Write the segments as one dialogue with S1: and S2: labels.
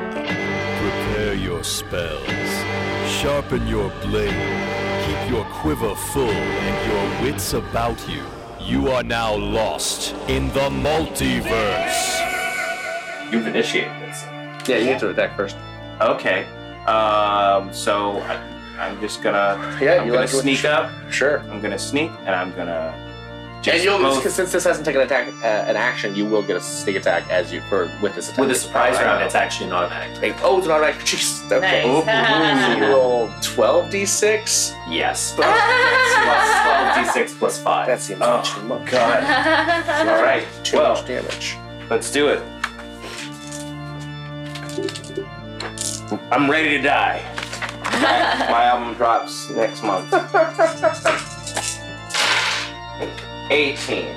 S1: Prepare your spells. Sharpen your blade. Keep your quiver full and your wits about you. You are now lost in the multiverse.
S2: You've initiated this.
S3: Yeah, you get to attack first.
S2: Okay. Um, so I, I'm just gonna.
S3: Yeah,
S2: I'm
S3: you
S2: gonna
S3: like what-
S2: sneak up.
S3: Sure.
S2: I'm gonna sneak, and I'm gonna.
S3: And you'll
S2: both-
S3: because since this hasn't taken attack uh, an action, you will get a sneak attack as you for with this attack.
S2: with a surprise round. It's actually an
S3: Like,
S2: automatic.
S3: Oh, it's an automatic. Jeez. Okay.
S4: Nice.
S3: So you
S2: Ooh.
S3: roll twelve d six.
S2: yes.
S4: Ah.
S2: Plus 12d6 plus 5.
S3: That seems
S2: oh,
S3: too much.
S2: God. All right.
S3: Too
S2: Well,
S3: much damage.
S2: let's do it. I'm ready to die. My album drops next month. 18.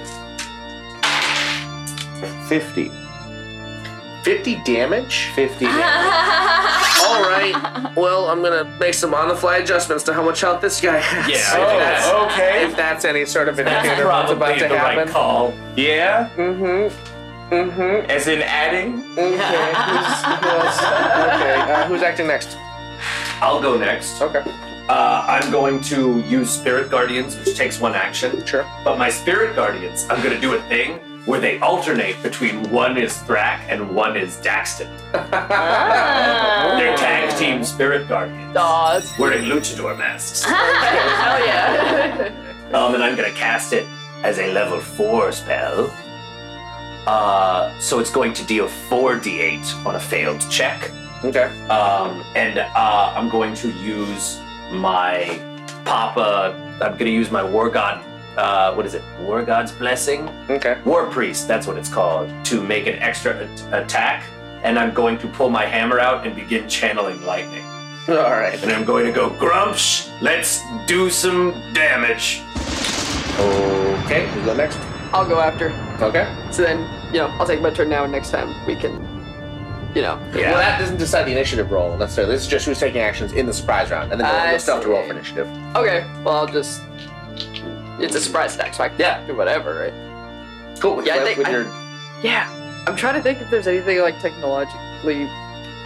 S2: 50.
S3: 50 damage?
S2: 50.
S3: All right. Well, I'm going to make some on the fly adjustments to how much health this guy has.
S2: Yeah,
S3: If
S2: I think that's- Oh,
S3: Oh,
S2: okay.
S3: If that's any sort of
S2: That's
S3: indicator of what's
S2: probably
S3: about to
S2: the right
S3: happen.
S2: call. Yeah?
S3: mm hmm. Mm hmm.
S2: As in adding?
S3: Okay. Who's, who else? okay. Uh, who's acting next?
S2: I'll go next.
S3: Okay.
S2: Uh, I'm going to use Spirit Guardians, which takes one action.
S3: Sure.
S2: But my Spirit Guardians, I'm going to do a thing where they alternate between one is Thrak and one is Daxton.
S4: Ah.
S2: They're tag team Spirit Guardians.
S4: Dogs.
S2: Wearing luchador masks.
S4: Hell yeah.
S2: Um, and I'm going to cast it as a level 4 spell. Uh, so it's going to deal 4d8 on a failed check.
S3: Okay.
S2: Um, and uh, I'm going to use my Papa. I'm going to use my War God. Uh, what is it? War God's Blessing?
S3: Okay.
S2: War Priest, that's what it's called, to make an extra at- attack. And I'm going to pull my hammer out and begin channeling lightning.
S3: All right.
S2: And I'm going to go, Grumps, let's do some damage.
S3: Okay. Who's up next?
S4: I'll go after.
S3: Okay.
S4: So then, you know, I'll take my turn now, and next time we can, you know.
S3: Well, that doesn't decide the initiative roll necessarily. This is just who's taking actions in the surprise round, and then
S4: I
S3: they'll, they'll still have to roll
S4: see.
S3: for initiative.
S4: Okay. Well, I'll just. It's a surprise attack, so I can
S3: Yeah.
S4: do whatever, right?
S3: Cool.
S4: Yeah, I
S3: With-
S4: think
S3: with
S4: I-
S3: your
S4: Yeah. I'm trying to think if there's anything like technologically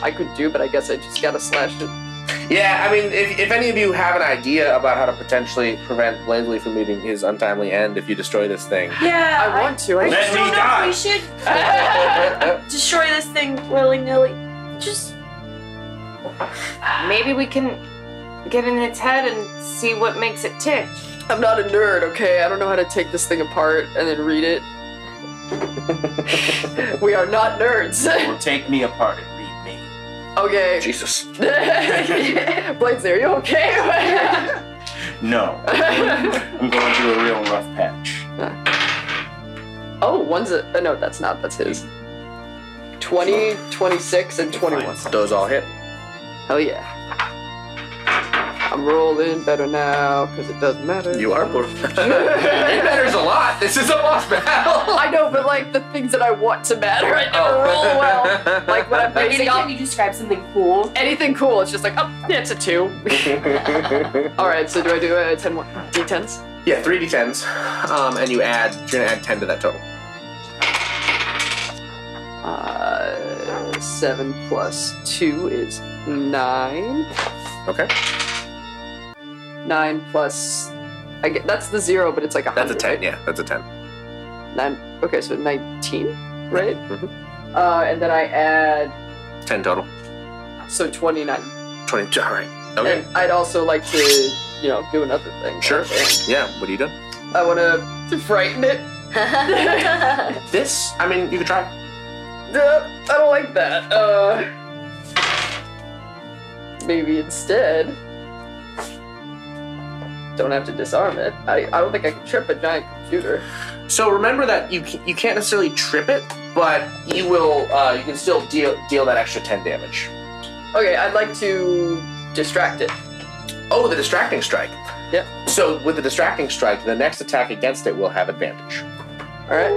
S4: I could do, but I guess I just gotta slash it.
S3: Yeah, I mean, if, if any of you have an idea about how to potentially prevent Blazely from meeting his untimely end if you destroy this thing,
S5: Yeah.
S4: I want to. I
S2: Let
S5: just
S2: me
S5: don't know
S2: die.
S5: if we should destroy this thing willy nilly. Just maybe we can get in its head and see what makes it tick.
S4: I'm not a nerd, okay? I don't know how to take this thing apart and then read it. we are not nerds.
S2: Well, take me apart and read me.
S4: okay.
S3: Jesus.
S4: Blades, are you okay?
S2: No. I'm going through a real rough patch.
S4: oh, one's a. uh, No, that's not. That's his. 20, 26, and 21.
S3: Those all hit.
S4: Hell yeah. I'm rolling better now because it doesn't matter.
S3: You are poor. it matters a lot. This is a boss battle.
S4: I know, but like the things that I want to matter, I never
S3: Oh.
S4: roll well. Like when I'm basing off
S5: you describe something cool.
S4: anything cool, it's just like, oh, yeah, it's a two. All right, so do I do a 10 more d10s?
S3: yeah, three d10s, um, and you add. You're gonna add ten to that total.
S4: Uh, seven plus two is nine.
S3: Okay.
S4: Nine plus, I get, that's the zero, but it's like a
S3: That's a
S4: hundred.
S3: ten. Yeah, that's a ten.
S4: right? Nine. Okay, so nineteen, right?
S3: Mhm.
S4: Uh, and then I add
S3: Ten total.
S4: so twenty-nine.
S3: Twenty. All right. Okay.
S4: And I'd also like to, you know, do another thing.
S3: Sure. Yeah. What are you doing?
S4: I want to frighten it. Uh,
S3: This. I mean, you could try.
S4: I don't like that. Uh, maybe instead, don't have to disarm it. I, I don't think I can trip a giant computer.
S3: So remember that you ca- you can't necessarily trip it, but you will. Uh, you can still deal deal that extra ten damage.
S4: Okay, I'd like to distract it.
S3: Oh, the distracting strike.
S4: Yep.
S3: So with the distracting strike, the next attack against it will have advantage.
S4: All right.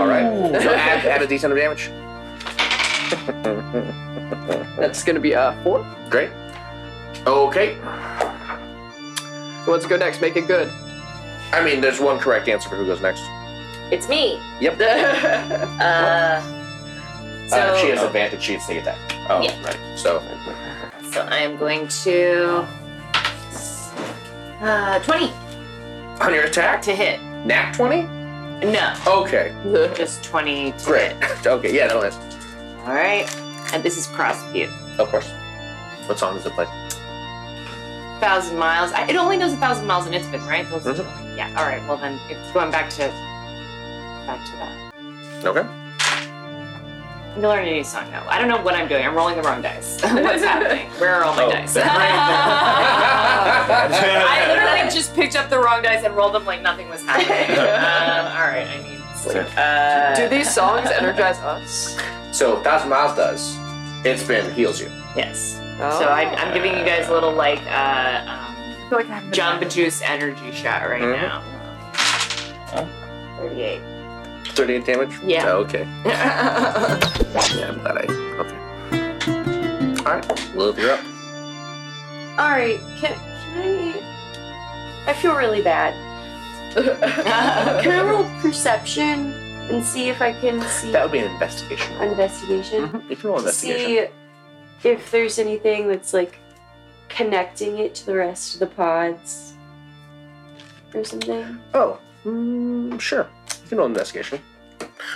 S3: All right. So add, add a d10 of damage.
S4: That's gonna be uh four.
S3: Great. Okay.
S4: Who wants to go next? Make it good.
S3: I mean, there's one correct answer for who goes next.
S5: It's me.
S3: Yep.
S4: okay.
S5: Uh,
S3: Uh, she
S5: So,
S3: has advantage. She has sneak attack.
S2: Oh,
S5: Yeah.
S2: right.
S3: So
S5: so I am going to. Uh, 20
S3: on your attack,
S5: to hit.
S3: nat twenty.
S5: No,
S3: Okay,
S5: just 20 to
S3: great.
S5: hit.
S3: okay, yeah, that'll hit.
S5: All right. And this is prosecute.
S3: Of course. What song does it play?
S5: Thousand miles. I, it only knows a thousand miles and it's been, right? Those-
S3: Mhm.
S5: Yeah, all right. Well, then it's going back to. Back to that.
S3: Okay.
S5: I'm learning a new song now. I don't know what I'm doing. I'm rolling the wrong dice. What's happening? Where are all my
S2: Oh.
S5: dice? I literally just picked up the wrong dice and rolled them like nothing was happening. um, all right, I need sleep. Uh,
S4: Do these songs energize us?
S3: So thousand miles does. It's been heals you.
S5: Yes.
S4: Oh.
S5: So I'm, I'm giving you guys a little like uh, um, Jamba Juice energy shot right
S3: Mhm.
S5: now. Thirty-eight.
S3: Thirty-eight damage.
S5: Yeah.
S3: Oh, okay. Yeah, I'm glad I. Okay. All right, Lilith, you're up.
S5: All right. Can can I? I feel really bad. Can I roll perception and see if I can see
S3: That would be an investigation. roll.
S5: investigation?
S3: Mhm, You can roll
S5: to
S3: investigation.
S5: see if there's anything that's like connecting it to the rest of the pods or something.
S3: Oh, mm, sure. You can roll investigation.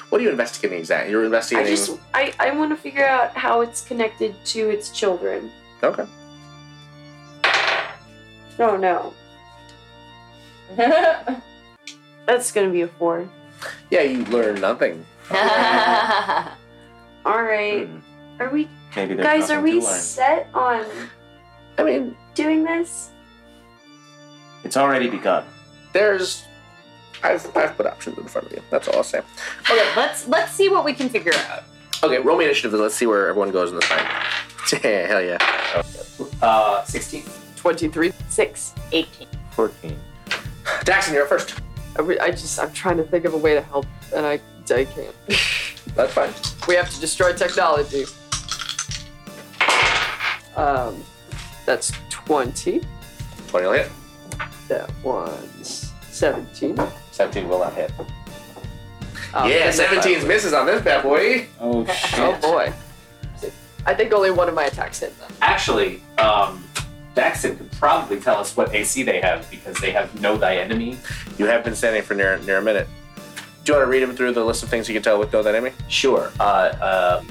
S3: What are you investigating exactly? You're
S5: I
S3: investigating.
S5: just I, I want to figure out how it's connected to its children.
S3: Okay.
S5: Oh no. That's gonna be a four.
S3: Yeah, you learn nothing.
S5: All right.
S2: Hmm.
S5: Are we
S2: Maybe there's
S5: guys? Are
S2: nothing to
S5: we
S2: learn.
S5: set on
S3: I mean,
S5: doing this?
S2: It's already begun.
S3: there's. I've, I've put options in front of you. That's all I'll say.
S5: Let's let's see what we can figure out.
S3: Okay, roll me initiative and let's see where everyone goes in this time. Hell yeah.
S2: Uh, 16.
S4: 23.
S5: Six, eighteen.
S2: 14.
S3: Daxon, you're up first.
S4: I, re- I just, I'm trying to think of a way to help, and I, I can't.
S3: That's fine.
S4: We have to destroy technology. Um, that's 20.
S3: 20 will hit.
S4: That one's 17.
S3: 17 will not hit.
S4: Um,
S3: yeah,
S4: and then-
S3: 17's misses on this bad boy.
S2: Oh,
S4: Oh boy. I think only one of my attacks hit them.
S2: Actually, um, Daxon could probably tell us what AC they have because they have Know Thy Enemy.
S3: You have been standing for near, near a minute. Do you want to read him through the list of things you can tell with No Enemy?
S2: Sure. Uh, uh,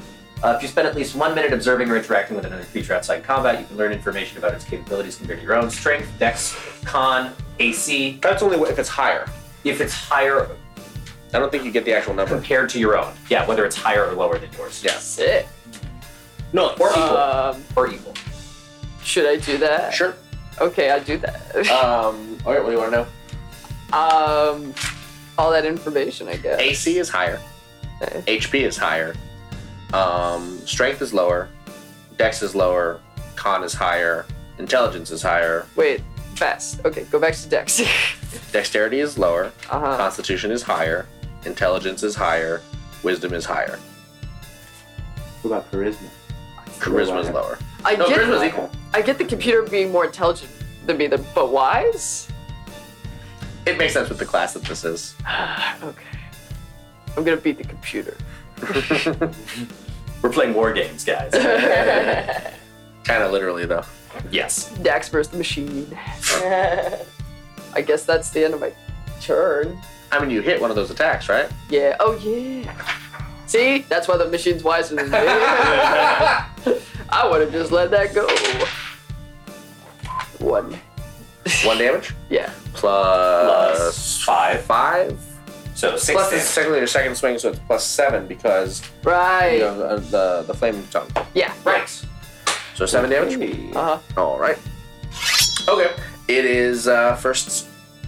S2: uh, if you spend at least one minute observing or interacting with another creature outside combat, you can learn information about its capabilities compared to your own strength, dex, con, AC.
S3: That's only if it's higher.
S2: If it's higher
S3: I don't think you get the actual number.
S2: compared to your own. Yeah, whether it's higher or lower than yours.
S3: Yeah.
S4: Sick.
S2: No, or equal.
S4: Um,
S2: or equal.
S4: should I do that?
S3: Sure.
S4: Okay, I'll do that.
S3: Um, all right, what do you want to know? Uh,
S4: um, all that information, I guess.
S3: AC is higher.
S4: Okay.
S3: HP is higher. Um, strength is lower. Dex is lower. Con is higher. Intelligence is higher.
S4: Wait, fast. Okay, go back to Dex.
S3: Dexterity is lower.
S4: uh-huh.
S3: Constitution is higher. Intelligence is higher. Wisdom is higher.
S6: What about charisma?
S3: Charisma is lower.
S4: I
S3: No,
S4: get
S3: charisma is equal.
S4: I get the computer being more intelligent than me, then, but wise?
S3: It makes sense with the class that this is.
S4: Okay. I'm gonna beat the computer.
S2: We're playing war games, guys.
S3: Kind of literally, though.
S2: yes.
S4: Dax versus the machine. I guess that's the end of my turn.
S3: I mean, you hit one of those attacks, right?
S4: Yeah. Oh yeah. See, that's why the machine's wiser than me. I would have just let that go. One.
S3: One damage.
S4: Yeah.
S3: Plus,
S2: Plus five.
S3: five.
S2: So six.
S3: Plus, it's
S2: damage.
S3: technically your second swing, so it's plus seven because
S4: Right.
S3: you know, the, the, the flame tongue.
S4: Yeah. Right.
S2: Right.
S3: So seven damage.
S4: Uh huh.
S3: All right. Okay. It is uh, first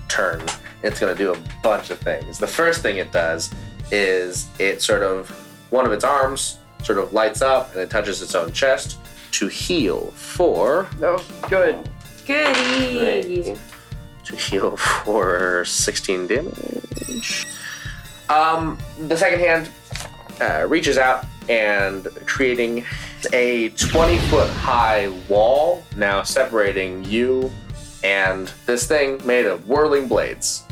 S3: turn. It's going to do a bunch of things. The first thing it does is it sort of one of its arms sort of lights up and it touches its own chest to heal for
S4: No. Good.
S5: Goody.
S3: to heal for 16 damage. Um, the second hand uh, reaches out and creating a 20 foot high wall now separating you and this thing made of whirling blades.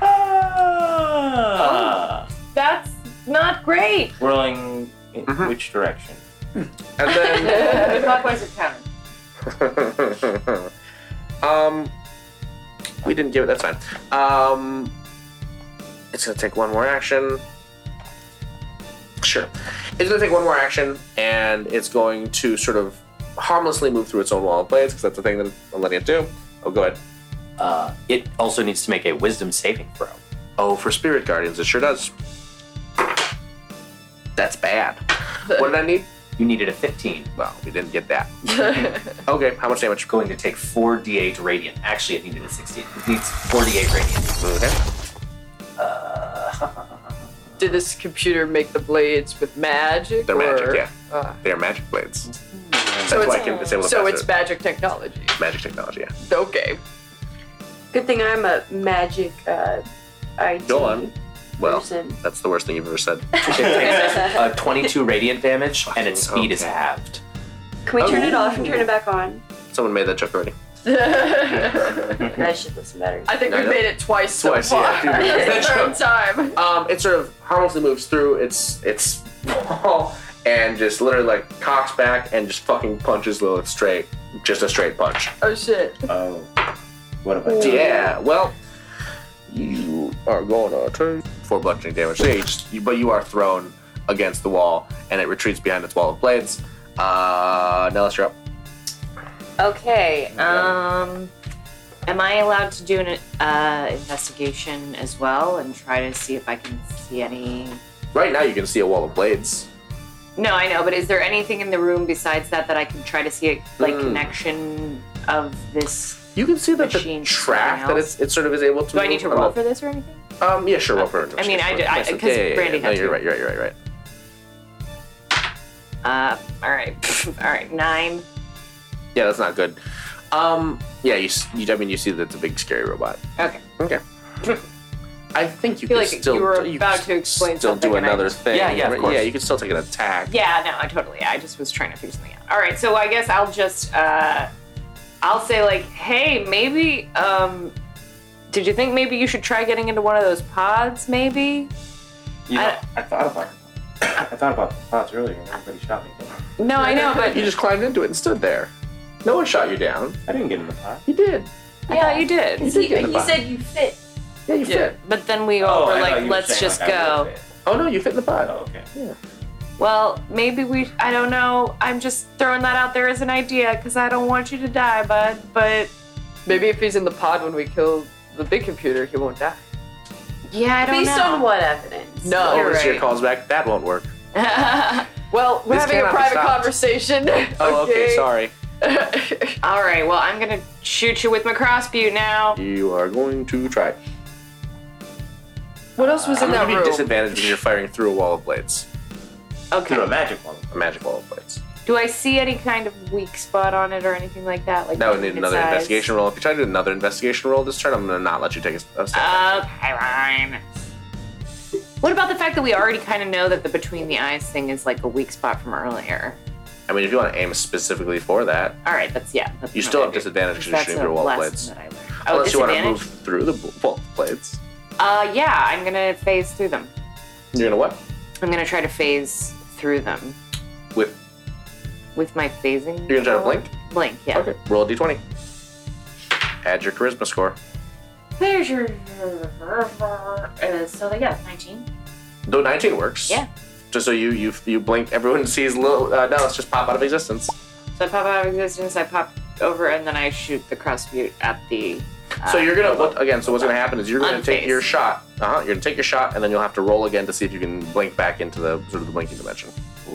S2: Ah. Uh,
S5: That's not great.
S2: Whirling
S7: In
S3: Mhm.
S7: which direction?
S3: And then
S8: Clockwise or counter?
S3: um, we didn't give it. That's fine. Um, it's gonna take one more action. Sure, it's gonna take one more action, and it's going to sort of harmlessly move through its own wall of blades because that's the thing that I'm letting it do. Oh, go ahead.
S2: Uh, it also needs to make a wisdom saving throw.
S3: Oh, for spirit guardians, it sure does. That's bad. what did I need?
S2: You needed a 15.
S3: Well, we didn't get that. okay, how much damage?
S2: Going to take 4d8 radiant. Actually, it needed a 16. It needs 4d8 radiant.
S3: Okay.
S4: Did this computer make the blades with magic?
S3: They're
S4: or,
S3: magic, yeah.
S4: Uh,
S3: They are magic blades. That's
S4: So
S3: why I
S4: it's-
S3: can disable the
S4: so
S3: passive.
S4: it's magic technology.
S3: magic technology. Yeah.
S4: Okay.
S5: Good thing I'm a magic uh, IT
S3: Go on. Well,
S5: person.
S3: that's the worst thing you've ever said.
S2: Uh, 22 radiant damage, and its speed is
S3: Okay.
S2: halved.
S5: Can we turn it off and turn it back on?
S3: Someone made that joke already.
S4: I
S5: I should listen better.
S4: think
S3: No,
S4: we've
S3: no.
S4: made it twice,
S3: Twice,
S4: so far.
S3: yeah, dude.
S4: It's the third time.
S3: Um, it sort of harmlessly moves through its its wall and just literally like cocks back and just fucking punches Lilith straight, just a straight punch.
S4: Oh shit.
S3: Uh,
S6: Oh, what have I done?
S3: Yeah. Well, you are gonna take four bludgeoning damage. So yeah, you just, you, but you are thrown against the wall and it retreats behind its wall of blades. Uh, Nellis, you're up.
S8: Okay. Um, am I allowed to do an uh, investigation as well and try to see if I can see any?
S3: Right now, you can see a wall of blades.
S8: No, I know, but is there anything in the room besides that that I can try to see a like
S3: Mm.
S8: connection of this?
S3: You can see that the
S8: Machine
S3: track
S8: something
S3: that
S8: else.
S3: it's, it sort of is able to.
S8: Do I
S3: move
S8: need to
S3: along.
S8: roll for this or anything?
S3: Um, yeah, sure, roll for
S8: I mean, I
S3: investigation.
S8: did- I-
S3: Yes,
S8: 'cause Brandy had
S3: No, you're
S8: to.
S3: right, you're right, you're right, you're right.
S8: Uh, all right, all right, nine.
S3: Yeah, that's not good. Um, yeah, you, s- you, I mean, you see that it's a big scary robot.
S8: Okay.
S3: Okay. I think you
S8: feel
S3: can
S8: like
S3: still.
S8: you were
S3: can
S8: about to explain
S3: Still do
S8: something and I-
S3: another thing.
S2: Yeah, yeah, of
S3: right?
S2: course.
S3: Yeah, you can still take an attack.
S8: Yeah, no, I totally. I just was trying to figure something out. All right, so I guess I'll just uh, I'll say like, hey, maybe um, did you think maybe you should try getting into one of those pods? Maybe.
S7: You know,
S8: I-
S6: I thought about. I thought about the thoughts earlier and everybody shot me. down.
S8: No, I know, but
S3: You just climbed into it and stood there. No one shot you down.
S6: I didn't get in the pot.
S3: You did.
S8: I thought you did.
S5: He,
S3: in the
S5: he
S3: bottom.
S5: said you fit.
S3: Yeah, you
S4: Yeah.
S3: fit.
S8: But then we
S7: Oh,
S8: all
S7: I
S6: Oh,
S8: were
S7: thought you
S8: like,
S7: were
S8: let's
S7: saying,
S8: just
S7: like, I
S8: go.
S7: would fit.
S3: Oh no, you fit in the pod.
S7: Oh, okay.
S8: Well, maybe we. I don't know. I'm just throwing that out there as an idea because I don't want you to die, bud. But
S4: Maybe if he's in the pod when we kill the big computer, he won't die.
S8: yeah, I don't
S5: Based
S8: know.
S5: on what evidence?
S4: No,
S3: Oh,
S4: you're
S3: this
S4: right.
S3: year calls back. That won't work.
S4: Well, we're
S3: This
S4: having a
S3: cannot be
S4: private
S3: stopped.
S4: conversation.
S3: Oh, okay, sorry.
S4: sorry.
S8: all right. Well, I'm gonna shoot you with my crossbow now.
S3: You are going to try.
S4: what else was
S3: I'm
S4: in
S3: gonna
S4: that
S3: give you
S4: room?
S3: disadvantage when you're firing through a wall of blades,
S7: Through a
S8: Okay.
S7: magic one.
S3: a magic wall of blades.
S8: Do I see any kind of weak spot on it or anything like that? Like
S3: That would need
S8: its
S3: another
S8: eyes?
S3: investigation roll. If you try to do another investigation roll this turn, I'm gonna not let you take a, a step.
S8: Okay, fine. What about the fact that we already kind of know that the between the eyes thing is like a weak spot from earlier?
S3: I mean, if you want to aim specifically for that,
S8: All right, that's yeah. That's
S3: you
S8: not
S3: still
S8: what
S3: have
S8: I did.
S3: disadvantage because you're
S8: That's
S3: shooting
S8: a
S3: through wall of blades.
S8: lesson that I learned. Oh,
S3: Unless you want to
S8: disadvantage?
S3: move through the b- wall of blades,
S8: Uh, yeah, I'm gonna phase through them.
S3: you're gonna what?
S8: I'm gonna try to phase through them
S3: With
S8: with my phasing.
S3: You're gonna try to
S8: power?
S3: blink?
S8: Blink, yeah.
S3: okay, roll a d20. Add your charisma score.
S8: There's your. Uh, so they got 19.
S3: Though 19 works.
S8: Yeah.
S3: Just so you you you blink, everyone sees little uh, Nellis just pop out of existence.
S8: So I pop out of existence, I pop over, and then I shoot the crossbow at the. Uh,
S3: So you're gonna what again? So what's gonna happen is you're gonna take
S8: Unfazed.
S3: your shot. Uh huh. You're gonna take your shot, and then you'll have to roll again to see if you can blink back into the sort of the blinking dimension.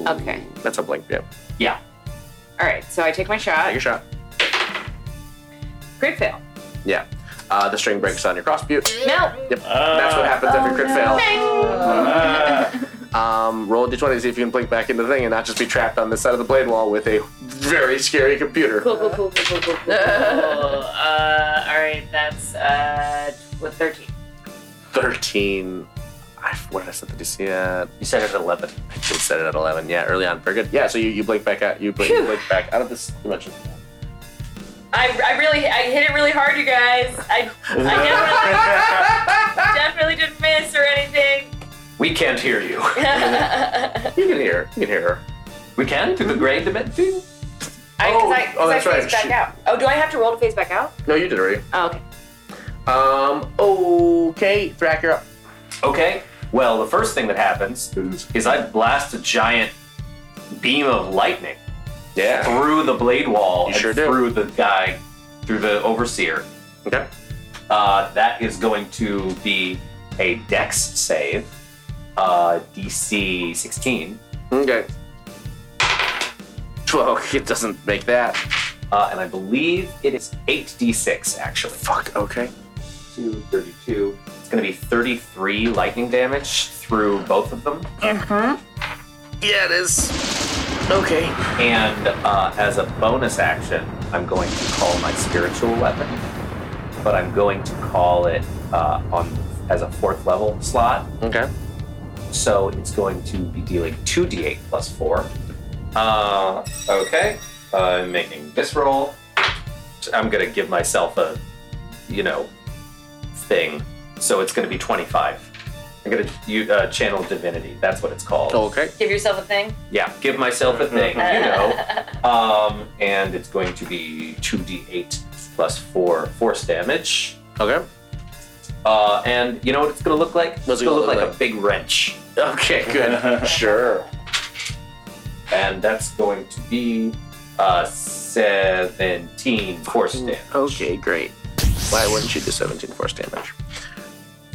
S8: Okay.
S3: That's a blink. Yeah.
S8: Alright, so I take my
S3: Take
S8: shot.
S3: your shot.
S8: Great fail.
S3: Yeah. Uh, the string breaks on your cross butte.
S8: No!
S3: Yep. That's what happens if you crit
S8: Oh,
S7: Ah.
S3: fail. Um, roll a d20 to see if you can blink back into the thing and not just be trapped on this side of the blade wall with a very scary computer.
S5: Cool, cool, cool, cool, cool, cool, cool.
S8: uh, Alright, that's uh, with 13.
S3: 13. I, what did I set the DC at?
S2: You said it at 11.
S3: I did set it at 11. Yeah, early on. Very good. Yeah, so you, you blink back out. You blink, you blink back out of this dimension.
S8: I, I really I hit it really hard, you guys. I, I definitely, definitely didn't miss or anything.
S2: We can't hear you.
S3: You can hear. You can hear her.
S2: We can through the gray dimension.
S8: I, cause I, cause
S3: oh, that's
S8: I
S3: right.
S8: phase back
S3: Shoot.
S8: out. Oh, do I have to roll to phase back out?
S3: No, you did already.
S8: Oh, okay.
S3: Um. Okay, Thrak, you're up.
S2: Okay. Well, the first thing that happens is I blast a giant beam of lightning
S3: Yeah.
S2: through the blade wall and
S3: sure do.
S2: through the guy, through the overseer.
S3: Okay.
S2: Uh, that is going to be a Dex save, uh, DC 16,
S3: Okay. Well, it doesn't make that.
S2: uh, and I believe it is 8D6 actually.
S3: Fuck. Okay.
S2: 2, 32. It's going to be 33 lightning damage through both of them.
S3: Yeah, it is. Okay.
S2: And uh, as a bonus action, I'm going to call my spiritual weapon, but I'm going to call it uh, on as a fourth level slot.
S3: Okay.
S2: So it's going to be dealing 2d8 plus 4. Uh, okay. I'm making this roll. I'm going to give myself a, you know, thing. So it's going to be 25. I'm going to you, uh, channel divinity. That's what it's called.
S3: Okay.
S8: Give yourself a thing.
S2: Yeah, give myself a thing, you know. Um, and it's going to be 2d8 plus 4 force damage.
S3: Okay.
S2: Uh, and you know what it's going to look like?
S3: What's
S2: it's
S3: it
S2: going to
S3: gonna look
S2: look like, a
S3: like?
S2: big wrench.
S3: Okay. Good. sure.
S2: And that's going to be uh, 17 force damage.
S3: Okay, great. Why wouldn't you do 17 force damage?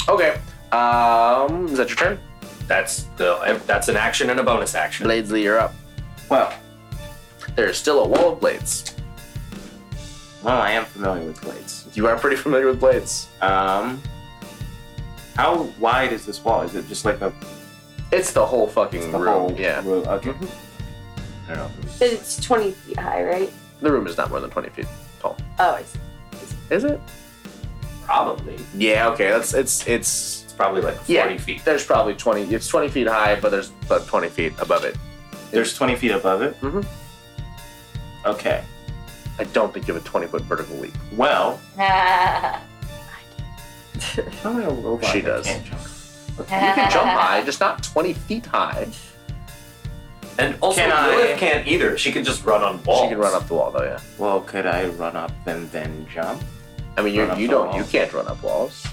S3: Okay. Um, is that your turn?
S2: That's the that's an action and a bonus action.
S3: Bladesley, you're up.
S6: Well,
S3: There's still a wall of blades.
S6: well, I am familiar with blades.
S3: You are pretty familiar with blades.
S6: Um, how wide is this wall? Is it just like a
S3: It's the whole fucking
S6: the
S3: room.
S6: whole
S3: yeah. Mm-hmm.
S6: room? Okay. I don't know.
S5: But it's 20 feet high, right?
S3: The room is not more than 20 feet tall.
S5: Oh, I see.
S3: Is it?
S2: Probably.
S3: Yeah, okay. That's it's it's
S2: It's probably like 40
S3: Yeah.
S2: feet.
S3: there's probably 20 it's 20 feet high, but there's about 20 feet above it.
S6: There's 20 feet above it.
S2: Mm-hmm.
S3: Mhm.
S6: Okay.
S3: I don't think you have a 20 foot vertical leap.
S6: Well,
S3: I'm a robot. She does.
S6: can't jump.
S3: You can jump high, just not 20 feet high.
S2: And also,
S6: Can I-
S2: Lilith can't either. She can just run on walls.
S3: She can run up the wall though, yeah.
S6: Well, could I run up and then jump?
S3: I mean, you
S6: Run up
S3: you
S6: the
S3: don't
S6: wall.
S3: you can't run up walls.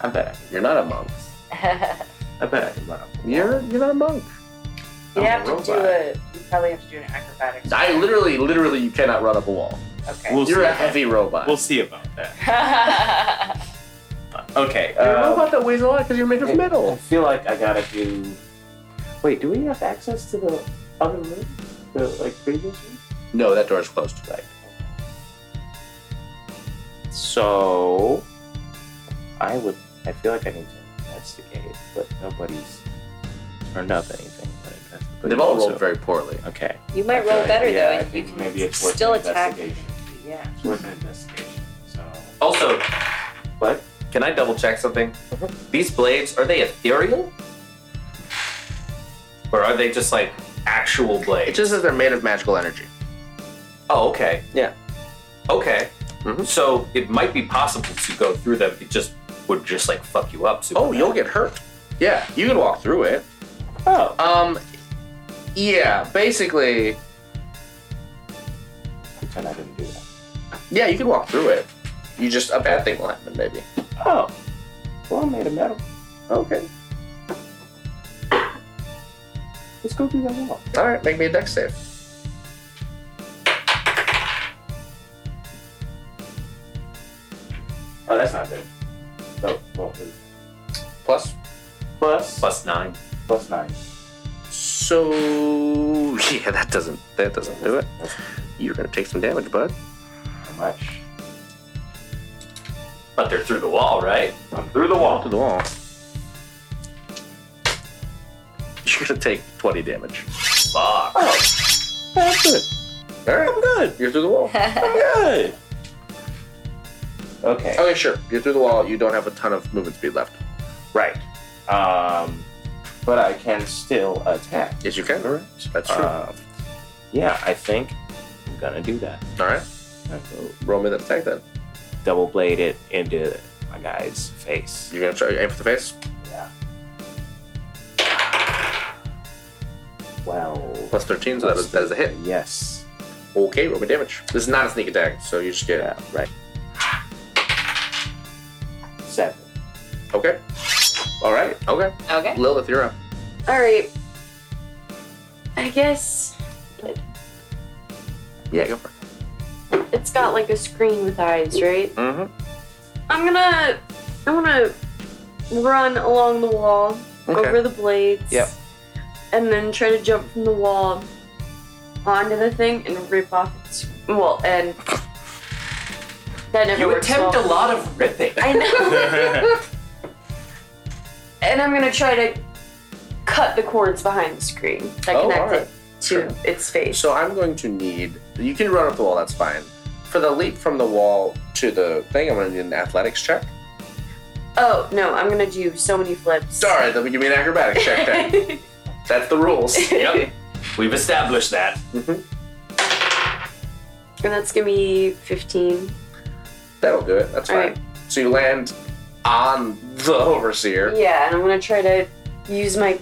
S6: I bet. I could.
S3: You're not a monk.
S6: I bet I could run up. the wall.
S3: You're you're not a monk.
S8: You
S6: I'm a
S8: have to do
S6: robot.
S8: a. You probably have to do an acrobatics.
S3: I literally, literally, you cannot run up a wall.
S8: Okay.
S6: We'll
S3: You're
S6: see.
S3: a heavy robot.
S6: We'll see about that. Okay.
S3: You're a
S6: um,
S3: robot that weighs a lot because you're made of
S6: I
S3: metal.
S6: feel like I gotta do. Wait, do we have access to the other room? The like previous room?
S3: No, that door is closed.
S6: Like. So, I would. I feel like I need to investigate, but nobody's turned up anything. But I guess- but
S3: They've all
S6: also-
S3: rolled very poorly.
S6: Okay.
S8: you might
S6: I feel
S8: roll
S6: like-
S8: better
S6: yeah, I
S8: though, and you
S6: think
S8: can
S6: maybe it's worth
S8: still
S6: an
S8: attack.
S6: investigation.
S8: Yeah.
S6: It's worth an investigation. So.
S2: Also,
S6: What?
S2: Can I double check something?
S3: Mm-hmm.
S2: These blades, are they ethereal? Or are they just like actual
S3: It
S2: blades?
S3: eh, just says they're made of magical energy.
S2: oh, okay.
S3: Yeah.
S2: Okay.
S3: Mhm.
S2: So it might be possible to go through them. It just would just like fuck you up. Super
S3: Oh, you'll get hurt. Yeah, you can walk through it.
S6: Oh.
S3: Um, yeah, basically,
S6: Pretend I didn't do that.
S3: yeah, you can walk through it. You just a bad thing will happen, maybe.
S6: Oh. Well, I'm made of metal.
S3: Okay.
S6: Let's go through that wall.
S3: All right, make me a deck save.
S6: Oh, that's not good. No, well, it's
S3: Plus.
S6: plus
S2: Plus nine.
S6: plus nine.
S3: So yeah, that doesn't that doesn't do it. You're gonna take some damage, bud.
S6: How much?
S2: But they're through the wall, right?
S6: I'm through the wall.
S3: To the wall. You're gonna take 20 damage.
S2: Fuck.
S3: That's good. All right.
S6: Good.
S3: You're through the wall.
S6: Good. Okay.
S3: okay, sure. You're through the wall. You don't have a ton of movement speed left.
S6: Right. Um, but I can still attack.
S3: Yes, you can. All right. Uh, That's true.
S6: Um, yeah, I think I'm gonna do that.
S3: All right.
S6: I go
S3: Roll me that attack then.
S6: double blade it into my guy's face.
S3: You're gonna try aim for the face.
S6: Yeah. 12.
S3: Plus 13, so that is, that is a hit.
S6: Yes.
S3: Okay, roll me damage. This is not a sneak attack, so you just get
S6: Yeah, right. Seven.
S3: Okay. All right. Okay.
S8: Okay.
S3: Lilith, you're up.
S5: All right. I guess
S3: Yeah, go for it.
S5: it's got like a screen with eyes, right?
S3: Mm-hmm.
S5: I'm gonna I'm gonna run along the wall
S3: Okay.
S5: over the blades.
S3: Yep.
S5: And then try to jump from the wall onto the thing and rip off its well and that never
S2: You
S5: works
S2: attempt a
S5: well.
S2: lot of ripping.
S5: I know. and I'm gonna try to cut the cords behind the screen that
S3: Oh,
S5: connect
S3: alright.
S5: it to its face.
S3: So I'm going to need. You can run up the wall. That's fine. For the leap from the wall to the thing, I'm going to need an athletics check.
S5: oh no, I'm gonna do so many flips.
S3: Sorry, that would give me an acrobatics check. Then. That's the rules.
S2: yep. We've established that.
S5: And that's gonna be 15.
S3: That'll do it. That's
S5: All
S3: fine. So you land on the overseer.
S5: Yeah, and I'm gonna try to use my.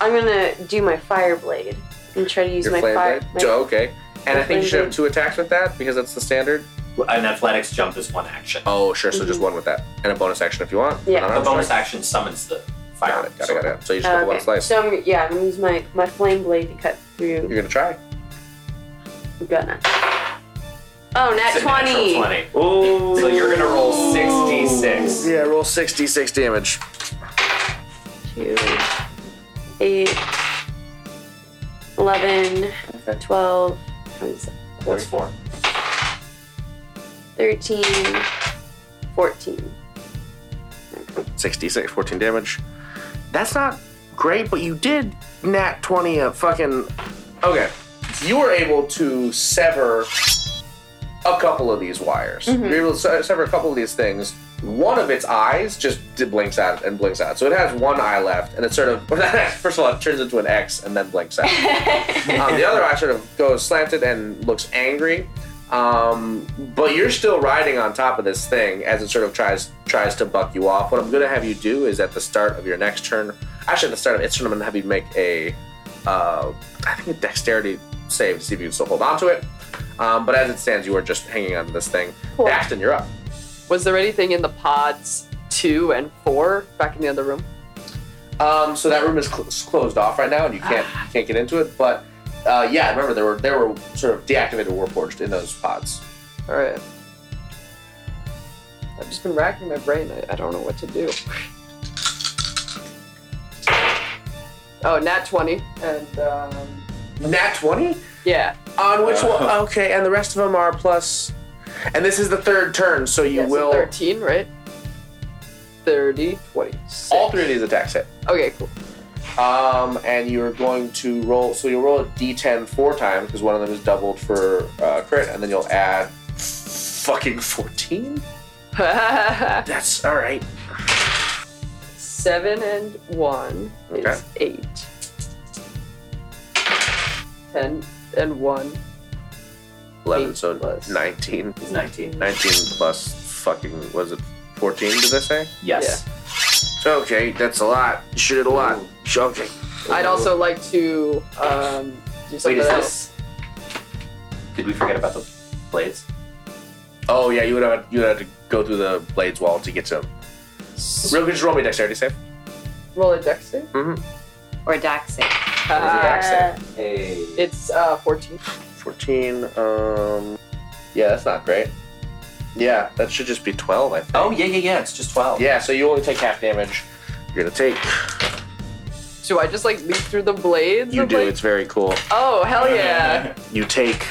S5: I'm gonna do my fire blade and try to use
S3: Your
S5: my
S3: flame
S5: fire.
S3: blade.
S5: my-
S3: Oh, okay. And I think you should have
S5: blade.
S3: two attacks with that because that's the standard.
S2: An athletics jump is one action.
S3: Oh, sure. So just one with that, and a bonus action if you want.
S5: Mm-hmm. Yeah.
S3: An
S2: The
S3: arm
S2: bonus
S3: strike.
S2: action summons the
S3: Got
S2: fire.
S3: it. Got it. Got it. So you just
S5: Oh,
S3: get the one
S5: okay.
S3: slice.
S5: So I'm, yeah, I'm gonna use my my flame blade to cut through.
S3: You're gonna try. Mm-hmm.
S5: I'm gonna. Oh, nat
S2: It's a natural
S5: 20.
S2: 20. So you're gonna roll 66.
S3: Yeah, roll 66 damage.
S5: Two, eight, 11, 12,
S2: That's four.
S5: 13, 14.
S3: 66, 14 damage. That's not great, but you did nat 20 a fucking. Okay. You were able to sever a couple of these wires. You're able to se- sever a couple of these things. One of its eyes just d- blinks out and blinks out. So it has one eye left, and it sort of, first of all, it turns into an X and then blinks out. um, the other eye sort of goes slanted and looks angry. Um, but you're still riding on top of this thing as it sort of tries tries to buck you off. What I'm going to have you do is at the start of your next turn, actually at the start of its turn, I'm going to have you make a, uh, I think a dexterity save to see if you can still hold on to it. Um, but as it stands, you are just hanging on to this thing.
S4: Cool.
S3: Daxton, you're up.
S4: Was there anything in the pods two and four back in the other room?
S3: Um, so that room is cl- closed off right now, and you can't you can't get into it. But uh, yeah, remember there were there were sort of deactivated warforged in those pods.
S4: All right. uh, I've just been racking my brain. I, I don't know what to do. Oh, nat 20. And, um,
S3: Nat twenty.
S4: yeah.
S3: On which one? Okay, and the rest of them are plus. And this is the third turn, so you
S4: yeah, so
S3: will.
S4: 13, right? 30, 20.
S3: all three of these attacks hit.
S4: Okay, cool.
S3: Um, and you're going to roll. So you'll roll a d10 four times because one of them is doubled for uh, crit, and then you'll add fucking 14? That's all right.
S4: Seven and one
S3: Okay.
S4: is eight. Ten and one.
S3: 11,
S4: Eight
S3: so
S4: plus.
S3: 19.
S2: It's 19.
S3: 19 plus fucking, was it 14, did I say?
S2: Yes.
S3: Okay, that's a lot. You shoot it a lot. Okay.
S4: I'd also like to um, do something
S2: Wait, is
S4: else.
S2: this. Did we forget about the blades?
S3: Oh, yeah, you would have, you would have to go through the blades wall to get to him. Real good, just roll me a dexterity save.
S4: Roll a dex save.
S8: Or Daxing.
S4: Uh,
S2: Hey.
S4: it's uh, 14.
S3: 14. Um, yeah, that's not great. Yeah, that should just be 12, I think.
S2: Oh, yeah, yeah, yeah. It's just 12.
S3: Yeah, so you only take half damage. You're gonna take.
S4: Do I just like leap through the blades?
S3: You
S4: of,
S3: do.
S4: like-
S3: It's very cool.
S4: Oh, hell yeah.
S3: You take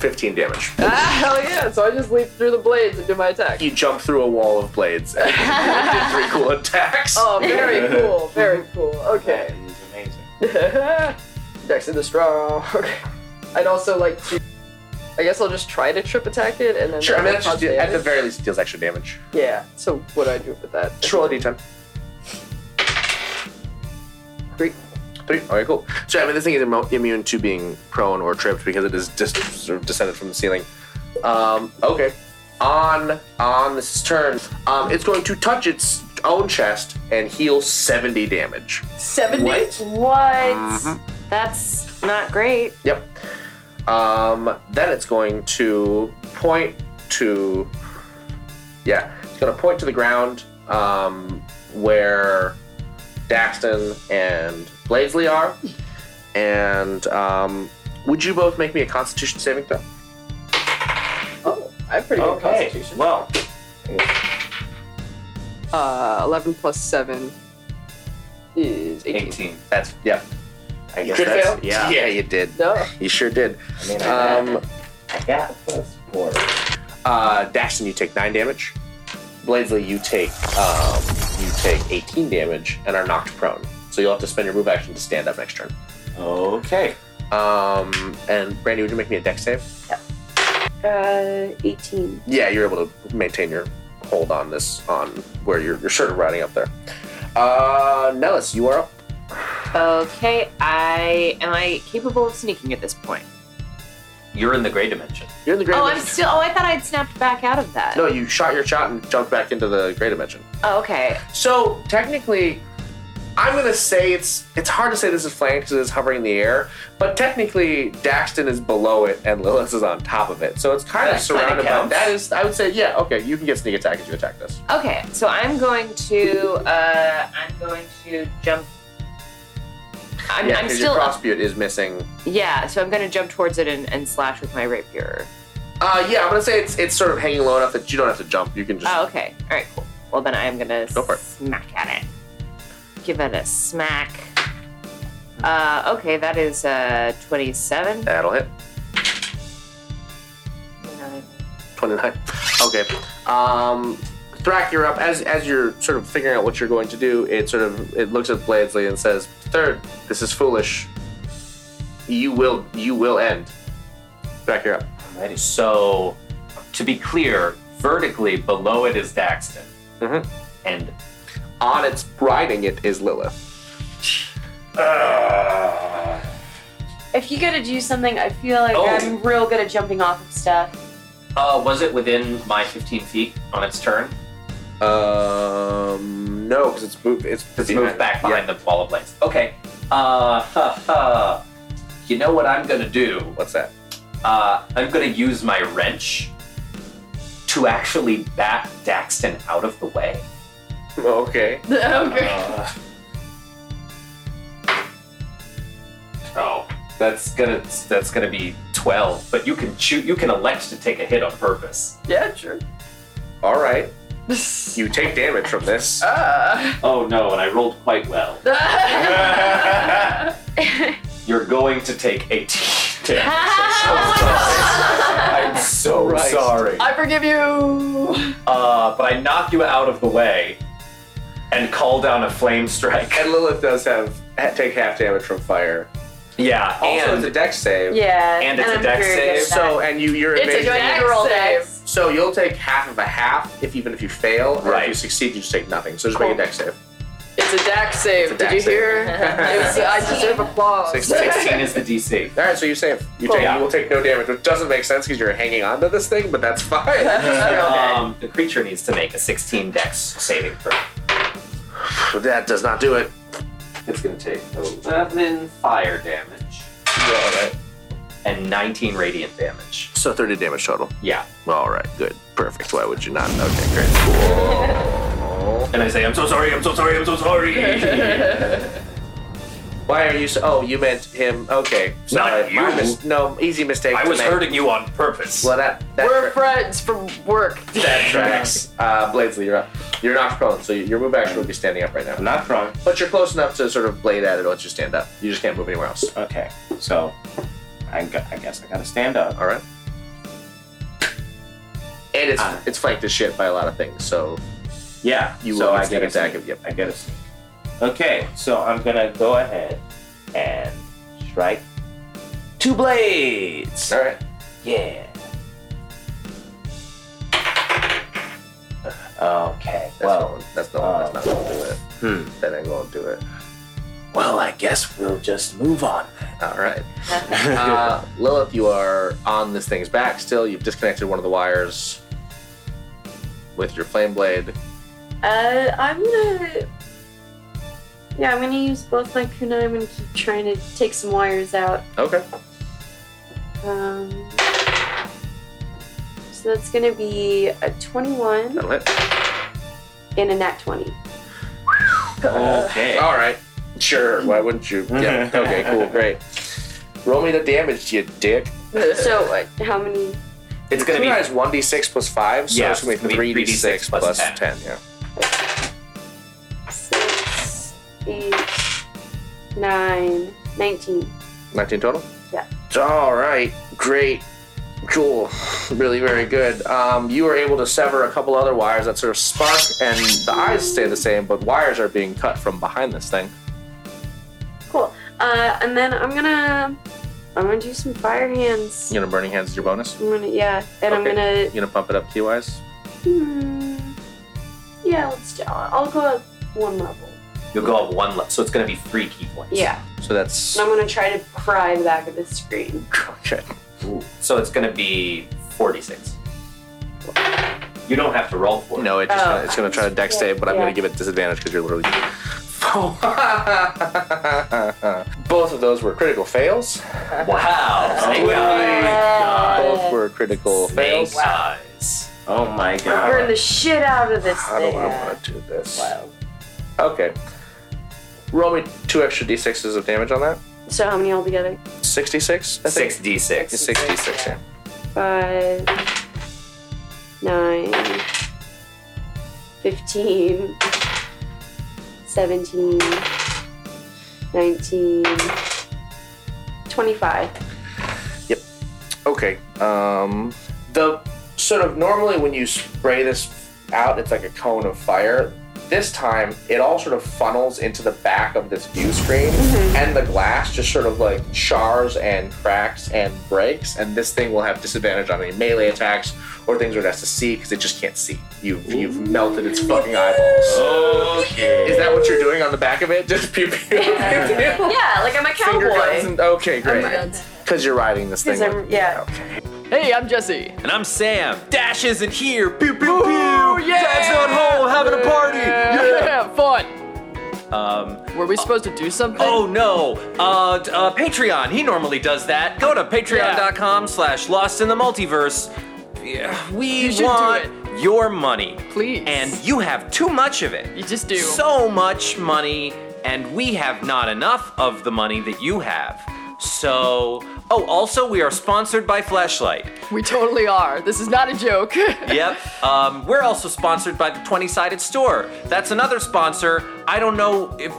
S3: 15 damage.
S4: ah, hell yeah. So I just leap through the blades and do my attack.
S3: You jump through a wall of blades and you did three cool attacks.
S4: Oh, very cool. Very cool. Okay.
S6: That is amazing.
S4: Dex in the straw. Okay. I'd also like to. I guess I'll just try to trip attack it and then.
S3: Sure, I mean, that's
S4: cause
S3: just, at the
S4: damage.
S3: very least, it deals extra damage.
S4: Yeah. So what do I do with that?
S3: Just roll a d10.
S4: Three.
S3: Three. Alright, cool. So, I mean, this thing is immo- immune to being prone or tripped because it is just sort of descended from the ceiling. Um, okay. On on this turn, um, it's going to touch its own chest and heal 70 damage.
S4: 70?
S5: What?
S8: That's not great.
S3: Yep. Um, then it's going to point to. Yeah, it's going to point to the ground um, where Daxton and Blazesley are. And um, would you both make me a Constitution saving throw?
S4: Oh, I have pretty good
S6: Okay.
S4: constitution.
S6: Well,
S4: Uh, 11 plus 7 is 18.
S2: 18.
S3: That's yeah.
S6: I guess
S3: Crit
S6: that's
S3: fail?
S6: yeah.
S3: yeah, you did.
S4: No.
S3: You sure did.
S6: I mean, I,
S3: Um,
S6: got, I got plus four.
S3: Uh, Dashton, you take nine damage. Bladesley, you take um, you take 18 damage and are knocked prone. So you'll have to spend your move action to stand up next turn.
S6: Okay.
S3: Um, and Brandy, would you make me a deck save?
S5: Uh, 18.
S3: Yeah, you're able to maintain your hold on this on where you're, you're sort of riding up there. Uh, Nellis, you are up.
S8: Okay, I am I capable of sneaking at this point?
S2: You're in the gray dimension.
S3: You're in the great.
S8: Oh, I'm
S3: dimension.
S8: still. Oh, I thought I'd snapped back out of that.
S3: No, you shot your shot and jumped back into the gray dimension.
S8: Oh, okay.
S3: So technically, I'm gonna say it's it's hard to say this is flanked because it's hovering in the air, but technically Daxton is below it and Lilith is on top of it, so it's kind of
S2: That kinda
S3: surrounded by.
S2: counts.
S3: That is, I would say, yeah, okay, you can get sneak attack if you attack this.
S8: Okay, so I'm going to. Uh, I'm going to jump. I'm,
S3: yeah,
S8: I'm
S3: 'cause
S8: still
S3: your
S8: up.
S3: crossbeard is missing.
S8: Yeah, so I'm going to jump towards it and, and slash with my rapier.
S3: Uh, yeah, I'm gonna say it's it's sort of hanging low enough that you don't have to jump. You can just
S8: Oh, okay. All right, cool. Well, then I am gonna
S3: Go for it.
S8: smack at it. Give it a smack. Uh, okay, that is uh, 27.
S3: that'll hit. 29. Okay. Um, Thrak, you're up. As as you're sort of figuring out what you're going to do, it sort of it looks at Bladesley and says, Third, this is foolish. You will you will end. Thrak, you're up.
S2: Alrighty. So, to be clear, vertically below it is Daxton.
S3: Mhm.
S2: And
S3: On its riding it is Lilith.
S5: If you gotta do something, I feel like
S2: Oh.
S5: I'm real good at jumping off of stuff.
S2: uh, was it within my 15 feet on its turn?
S3: Um no, because it's moved it's,
S2: It's moved back behind the wall of blades. Okay. Uh, ha, ha. You know what I'm gonna do?
S3: What's that?
S2: Uh, I'm gonna use my wrench to actually bat Daxton out of the way.
S3: Okay.
S4: okay.
S2: Oh, that's gonna that's gonna be 12. But you can shoot. You can elect to take a hit on purpose.
S4: Yeah, sure.
S3: Alright. You take damage from this.
S4: Uh,
S2: Oh no! And I rolled quite well. You're going to take 18 damage. I'm so
S3: Christ.
S2: sorry.
S4: I forgive you.
S2: Uh, but I knock you out of the way and call down a flame strike.
S3: And Lilith does have ha- take half damage from fire.
S2: yeah,
S3: Also it's a
S2: and
S3: dex save.
S5: Yeah.
S2: And it's a
S5: I'm
S2: dex
S5: very good
S2: save.
S5: at that.
S3: So and you you're
S4: It's a
S3: amazing.
S4: good
S5: I need to
S4: Dex
S5: roll
S4: save.
S5: dex.
S3: So you'll take half of a half if even if you fail. and If you
S2: Right.
S3: succeed, you just take nothing. So just
S4: Cool.
S3: make a deck save.
S4: It's a DAC save.
S3: It's a
S4: Did you
S3: DAC save.
S4: hear? it was, I deserve applause.
S3: Sixteen.
S2: 16 is the DC.
S3: All right, so you save. You take.
S2: Cool.
S3: You will take no damage, which doesn't make sense because you're hanging on to this thing, but that's fine.
S2: Um, the creature needs to make a 16 dex saving throw.
S3: But that does not do it.
S2: It's going to take 11 fire damage
S3: All right.
S2: and 19 radiant damage.
S3: So thirty damage total.
S2: Yeah.
S3: All right, good, perfect. Why would you not? Okay, great. Cool.
S2: And I say, I'm so sorry, I'm so sorry, I'm so sorry.
S3: Why are you? So, oh, you meant him. Okay, sorry.
S2: Not
S3: my
S2: you.
S3: mis- no, easy mistake.
S2: I
S3: to
S2: was
S3: make.
S2: hurting you on purpose.
S3: Well, that that
S4: We're friends from work.
S3: that tracks. Uh, Bladesley, you're up. You're not prone, so your move action would be standing up right now.
S6: I'm not wrong.
S3: But you're close enough to sort of blade at it once you stand up. You just can't move anywhere else.
S6: Okay. So, I, gu- I guess I gotta stand up.
S3: All right. And it's
S6: Ah.
S3: it's flanked as shit by a lot of things, so
S6: Yeah.
S3: you
S6: so
S3: will
S6: I
S3: not
S6: get
S3: get
S6: a
S3: attack
S6: sneak.
S3: of yep.
S6: I get a sneak. Okay. So I'm gonna go ahead and strike two blades.
S3: All right.
S6: Yeah. Okay.
S3: That's
S6: Well.
S3: not that's not that's not gonna do it.
S6: Hmm.
S3: That ain't gonna do it.
S6: Well, I guess we'll just move on.
S3: All right. Uh, Lilith, you are on this thing's back still. You've disconnected one of the wires with your flame blade.
S5: Uh, I'm gonna Yeah, I'm gonna use both my kunai and keep trying to take some wires out.
S3: Okay.
S5: Um, so that's gonna be a 21
S3: That'll hit.
S5: and a nat 20.
S6: Okay.
S3: All right. Sure. Why wouldn't you? Yeah. Okay. Cool. Great. Roll me the damage, you dick.
S5: so uh, how many?
S2: It's gonna be
S3: Kunai is one d six plus five, so
S2: Yeah,
S3: it's gonna be three d six plus ten. Yeah.
S5: Six, eight, nine, 19.
S3: 19 total?
S5: Yeah.
S3: All right. Great. Cool. Really, very good. Um, you were able to sever a couple other wires that sort of spark, and the eyes stay the same, but wires are being cut from behind this thing.
S5: Cool. Uh, and then I'm gonna I'm gonna do some fire hands.
S3: You know, Burning Hands is your bonus.
S5: I'm gonna yeah, and I'm gonna
S3: You know, pump it up key wise.
S5: hmm, yeah. Let's do. I'll go up one level.
S2: You'll go up one left, so it's gonna be three key points.
S5: Yeah,
S3: So that's.
S5: and I'm gonna try to pry the back of the screen.
S3: Okay.
S2: So it's gonna be forty-six. You don't have to roll for it.
S3: No, it just
S5: Oh.
S3: gonna, it's going to try to dex save, but I'm
S5: Yeah.
S3: going to give it disadvantage because you're literally. Both of those were critical fails.
S2: Wow. Snake
S3: Both were critical
S2: Snake
S3: fails.
S2: eyes.
S6: Oh my
S5: Burn
S6: god.
S5: the shit out of this
S3: How do
S5: thing.
S3: I want to do this? Okay. Roll me two extra d6s of damage on that.
S5: So how many altogether?
S3: 66, I think.
S2: Six D six.
S3: It's 66, yeah.
S5: Five, nine, 15, 17, 19, 25.
S3: Okay. Um, the sort of normally when you spray this out, it's like a cone of fire. This time, it all sort of funnels into the back of this view screen,
S5: Mm-hmm.
S3: and the glass just sort of like chars and cracks and breaks. And this thing will have disadvantage on any melee attacks or things it has to see because it just can't see. You've you've melted its fucking eyeballs.
S6: Okay.
S3: Is that what you're doing on the back of it? Just pew pew pew pew.
S5: Yeah, like I'm a
S3: Finger guns and- okay,
S5: I'm
S3: great. Because you're riding this thing. with-
S5: yeah.
S4: Hey, I'm Jesse.
S2: And I'm Sam. Dash isn't here. Pew pew pew.
S4: yeah!
S2: Dad's at home having a party.
S4: Yeah, fun.
S2: Um.
S4: Were we supposed to do something?
S2: Oh no! Uh, d- uh, Patreon. He normally does that. Go to patreon.com/slash Lost in the Multiverse. Yeah,
S4: You
S2: We
S4: should do
S2: want your money,
S4: Please.
S2: and you have too much of it.
S4: You just do.
S2: so much money, and we have not enough of the money that you have. So, oh, also we are sponsored by Flashlight.
S4: we totally are. This is not a joke.
S2: Yep. Um, we're also sponsored by the 20 Sided Store. That's another sponsor. I don't know if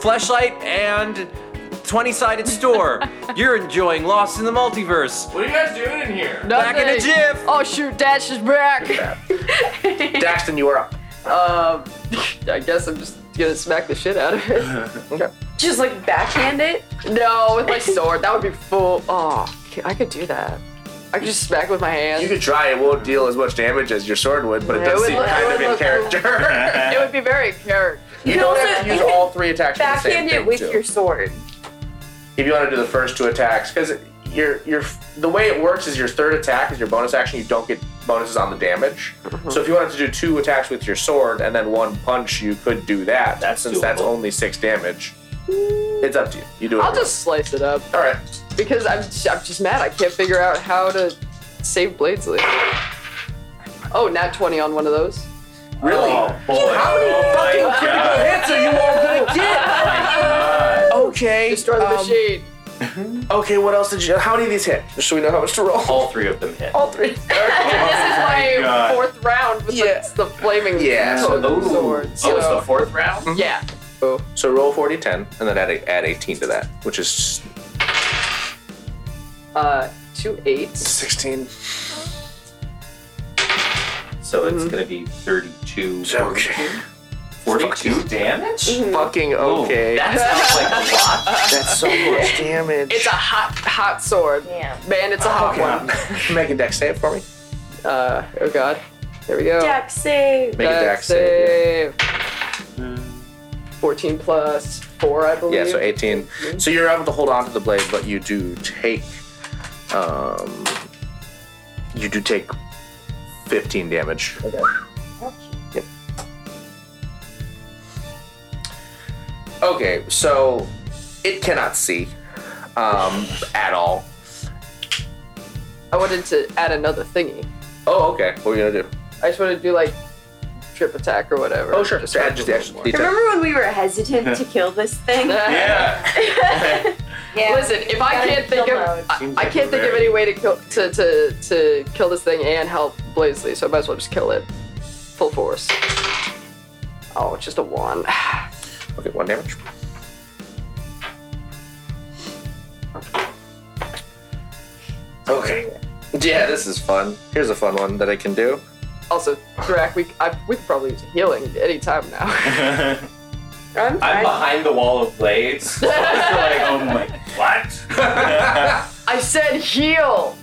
S2: Fleshlight and 20 Sided Store. You're enjoying Lost in the Multiverse.
S6: What are you guys doing in here?
S2: Back in a
S4: Nothing.
S2: jiff.
S4: Oh shoot, Dash is back.
S3: Daxton, you are up.
S4: um, I guess I'm just gonna smack the shit out of it.
S5: Just like backhand it.
S4: No, with my sword, that would be full. Oh, I could do that. I could just smack with my
S3: You
S4: hand.
S3: could try. It won't deal as much damage as your sword would, but it
S4: Yeah, it
S3: does
S4: would
S3: seem
S4: look-
S3: kind
S4: it
S3: of
S4: would
S3: in
S4: look cool.
S3: character.
S4: It would be very character.
S3: you don't have to use all three attacks for the same
S5: Backhand
S3: thing.
S5: it with
S3: too.
S5: your sword.
S3: if you want to do the first two attacks, because your your the way it works is your third attack is your bonus action. You don't get bonuses on the damage. So if you wanted to do two attacks with your sword and then one punch, you could do that.
S2: That's
S3: since that's
S2: doable.
S3: only six damage. It's up to you. You do it.
S4: I'll just slice it up
S3: all right.
S4: because I'm I'm just mad. I can't figure out how to save Bladesley. Oh, nat 20 on one of those.
S3: Really? How many fucking critical hits are you all gonna get? okay.
S4: Destroy the
S3: um,
S4: machine.
S3: Okay, what else did you? How many of these hit? Just so we know how much to roll.
S2: All three of them hit.
S4: All three. this is my,
S6: God.
S4: fourth round with
S3: Yeah.
S4: the, the flaming
S3: Yeah. Mm-hmm.
S4: sword.
S2: oh, it's the
S4: so-
S2: fourth round?
S4: yeah.
S3: So roll 40, 10, and then add a, add 18 to that, which is
S4: Uh, two eights.
S3: 16.
S2: So it's gonna be 32.
S3: Okay. Mm-hmm.
S2: 42 damage?
S3: Fucking okay.
S2: That sounds like a lot.
S3: That's so much damage.
S4: It's a hot, hot sword.
S8: Yeah.
S4: Man, it's a hot one.
S3: one. Make a deck save for me.
S4: Uh, oh god. There we go.
S5: Jack save.
S3: Make a
S4: Dex
S3: deck save.
S4: save. 14 plus 4, I believe.
S3: Yeah, so 18. So you're able to hold on to the blade, but you do take, um, you do take 15 damage. Okay. Yep. Okay, so it cannot see um, at all.
S4: I wanted to add another thingy.
S3: Oh, okay. What are you gonna do?
S4: I just wanted to do like trip attack or whatever.
S3: Oh, sure. Just add just the extra detail.
S5: Remember when we were hesitant to kill this thing?
S6: Yeah.
S5: yeah.
S4: Listen, if I
S5: Gotta
S4: can't think
S5: kill
S4: of
S5: mode.
S4: I,
S6: Seems
S4: I
S6: like
S4: can't
S6: a
S4: think of
S6: very-
S4: any way to kill to, to, to kill this thing and help Blazely, so I might as well just kill it. Full force. Oh, it's just a one.
S3: Okay, one damage. Okay. Yeah, this is fun. Here's a fun one that I can do.
S4: Also, Drac, we I, we could probably use healing any time now.
S5: I'm
S7: I'm
S5: fine.
S7: behind the wall of blades. So it's like, oh my, what?
S4: I said heal.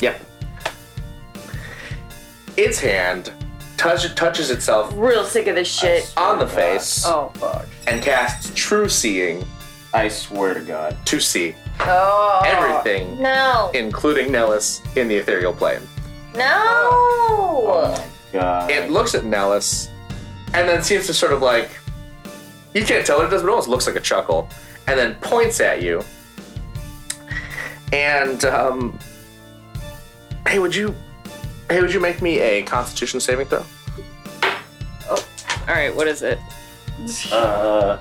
S3: Yep. Its hand touch, touches itself
S5: Real sick of this shit.
S3: on the face
S4: Oh fuck.
S3: and casts True Seeing
S6: I swear to God.
S3: to see
S4: Oh.
S3: everything,
S5: No.
S3: including Nellis, in the ethereal plane.
S5: No.
S6: Oh God.
S3: It looks at Nellis and then seems to sort of like, you can't tell what it does, but it almost looks like a chuckle, and then points at you. And, um, hey, would you, hey, would you make me a Constitution saving throw?
S8: All right, what is it?
S6: uh,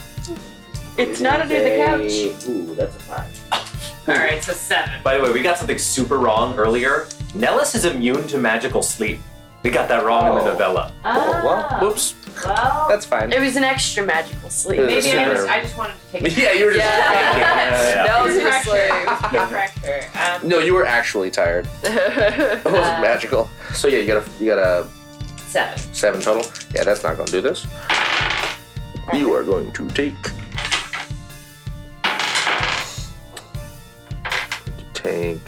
S5: It's
S6: it
S5: not
S6: is
S5: under the couch.
S6: a- Ooh, that's a five.
S8: All right, so seven.
S2: By the way, we got something super wrong earlier. Nellis is immune to magical sleep. We got that wrong in the
S3: Oh.
S2: novella.
S3: Oh, well, whoops,
S8: Ah. Well,
S3: that's fine.
S5: It was an extra magical sleep.
S3: It
S8: maybe I
S3: Sure.
S8: just, I just wanted to take
S3: Yeah, you were just.
S4: Yeah.
S2: Uh,
S4: That was just like.
S8: pressure. Um,
S3: No, you were actually tired. It wasn't
S8: Uh,
S3: magical. So yeah, you got a you got a
S8: seven.
S3: seven total. Yeah, that's not gonna do this. You are going to take. Take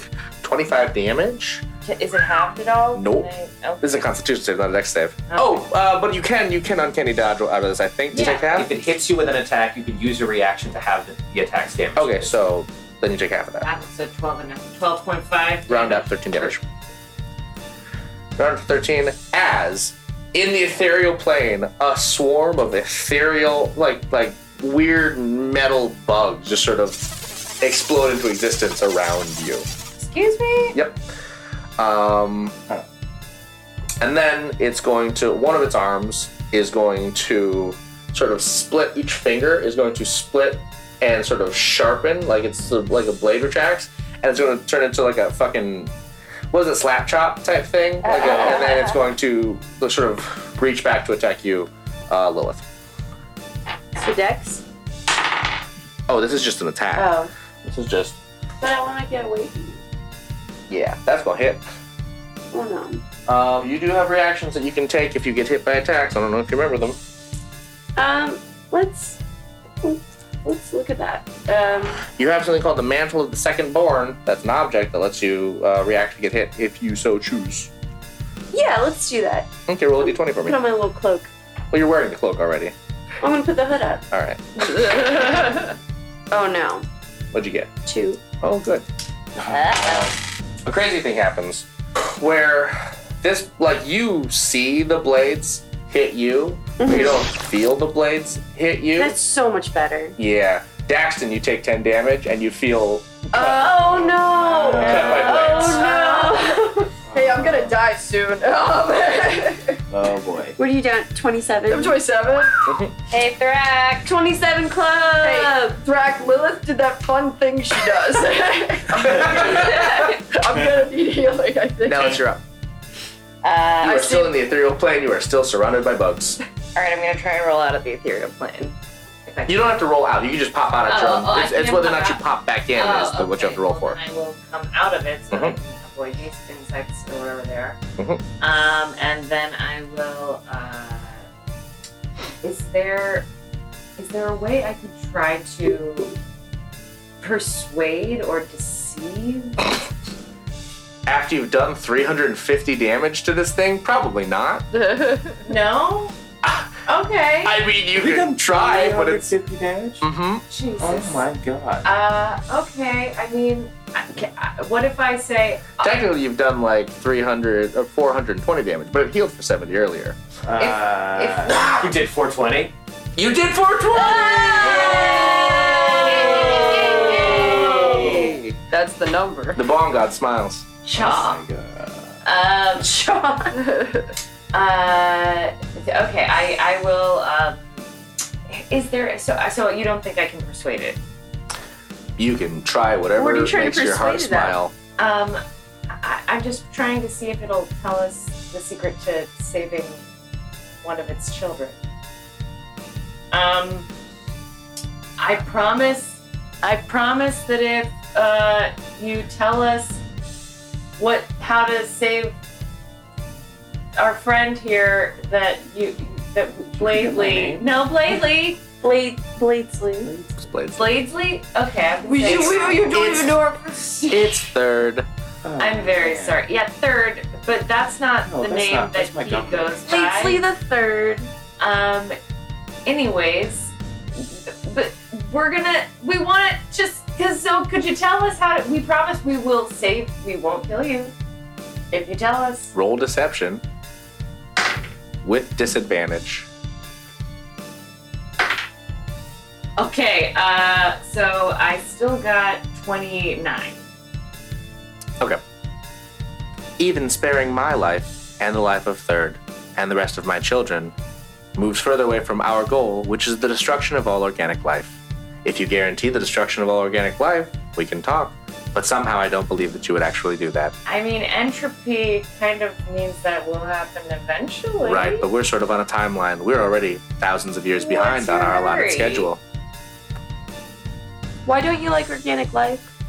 S3: 25 damage.
S8: Is it halved at all?
S3: Nope.
S8: Can I- oh.
S3: This is a constitution save, not a dex save. Oh, uh, but you can you can uncanny dodge out of this, I think, to
S8: Yeah.
S3: take half.
S2: If it hits you with an attack, you can use your reaction to have the, the attack's damage.
S3: Okay, so then you take half of that.
S8: Ah, So 12 and a- 12.5.
S3: round up 13 damage. Round up 13 as in the ethereal plane, a swarm of ethereal, like like weird metal bugs just sort of explode into existence around you.
S8: Excuse me?
S3: Yep. Um, and then it's going to one of its arms is going to sort of split. Each finger is going to split and sort of sharpen, like it's sort of like a blade retracts, and it's going to turn into like a fucking what is it, slap chop type thing. Like a, and then it's going to sort of reach back to attack you, uh, Lilith.
S5: For Dex?
S3: Oh, this is just an attack.
S5: Oh.
S6: This is just.
S5: But I want to get away from you.
S3: Yeah, that's gonna hit.
S5: Oh, no.
S3: Um, you do have reactions that you can take if you get hit by attacks. I don't know if you remember them.
S5: Um, let's, let's let's look at that. Um,
S3: You have something called the Mantle of the Second Born. That's an object that lets you uh, react to get hit if you so choose.
S5: yeah, let's do that.
S3: Okay, roll a d20 for me.
S5: Put on my little cloak.
S3: Well, you're wearing the cloak already.
S5: I'm gonna put the hood up.
S3: All right.
S5: Oh no,
S3: What'd you get?
S5: two.
S3: Oh, good. a crazy thing happens where this, like, you see the blades hit you, but you don't feel the blades hit you.
S5: Mm-hmm. That's so much better.
S3: yeah. Daxton, you take 10 damage and you feel
S5: Oh no!
S3: cut by blades.
S5: Oh no!
S4: Hey, I'm gonna die soon.
S6: Oh boy.
S5: what are you down? Twenty-seven.
S4: I'm 27.
S8: Hey, Thrak.
S5: Twenty-seven club.
S4: Hey, Thrak, Lilith did that fun thing she does. I'm gonna need healing, I think.
S3: Now it's your up.
S8: Uh,
S3: You are still in the ethereal plane. You are still surrounded by bugs.
S8: all right, I'm going to try and roll out of the ethereal plane. If I
S3: You don't have to roll out. You can just pop out at your
S8: Oh,
S3: own.
S8: oh, I
S3: it's, it's
S8: can
S3: whether or
S8: pop
S3: not you
S8: out.
S3: pop back in
S8: Oh,
S3: is the, what you have to roll
S8: okay.
S3: for.
S8: Well, then I will come out of it so I
S3: Mhm.
S8: can avoid these insects or whatever they are.
S3: Mhm.
S8: Um, and then I will. Uh, is there is there a way I could try to persuade or deceive?
S3: After you've done 350 damage to this thing, probably not.
S8: No. Okay.
S3: I mean, you can try, but it's.
S6: 50 damage?
S3: hmm
S8: Jesus.
S6: Oh my god.
S8: Uh, okay. I mean, I, ca- I- what if I say?
S3: Technically, you've done like uh, 300 or 420 damage, but it healed for 70 earlier.
S6: Uh,
S8: If,
S2: You did 420. You did 420!
S4: That's the number.
S3: The bomb god smiles.
S8: Chaw. Um, uh, okay, I, I will. Uh, is there so so you don't think I can persuade it?
S3: You can try whatever
S8: What are you trying to
S3: makes your heart
S8: persuade it
S3: smile.
S8: of? Um, I, I'm just trying to see if it'll tell us the secret to saving one of its children. Um, I promise. I promise that if uh, you tell us what how to save our friend here, that you that Bladely. No, Bladely.
S5: Blade, Bladesley.
S3: Explains.
S8: Bladesley. Okay. I'm gonna
S4: We,
S8: say-
S4: you, we, you don't
S3: it's-
S4: even know our
S3: It's third.
S8: I'm very sorry. Yeah, third, but that's not
S6: Oh, No,
S8: the
S6: that's
S8: name
S6: not-
S8: that
S6: that's my
S8: he
S6: company.
S8: goes
S5: Bladesley
S8: by.
S5: the third.
S8: Um, anyways, but we're gonna. We want to just because. So, could you tell us how to? We promise we will save. We won't kill you if you tell us.
S3: Roll deception with disadvantage.
S8: Okay. Uh, so I still got twenty nine.
S3: Okay. Even sparing my life and the life of Third and the rest of my children moves further away from our goal, which is the destruction of all organic life. If you guarantee the destruction of all organic life, we can talk. But somehow I don't believe that you would actually do that.
S8: I mean, entropy kind of means that will happen eventually.
S3: Right, but we're sort of on a timeline. We're already thousands of years behind
S8: What's
S3: on
S8: your
S3: our allotted
S8: hurry?
S3: schedule.
S5: Why don't you like organic life?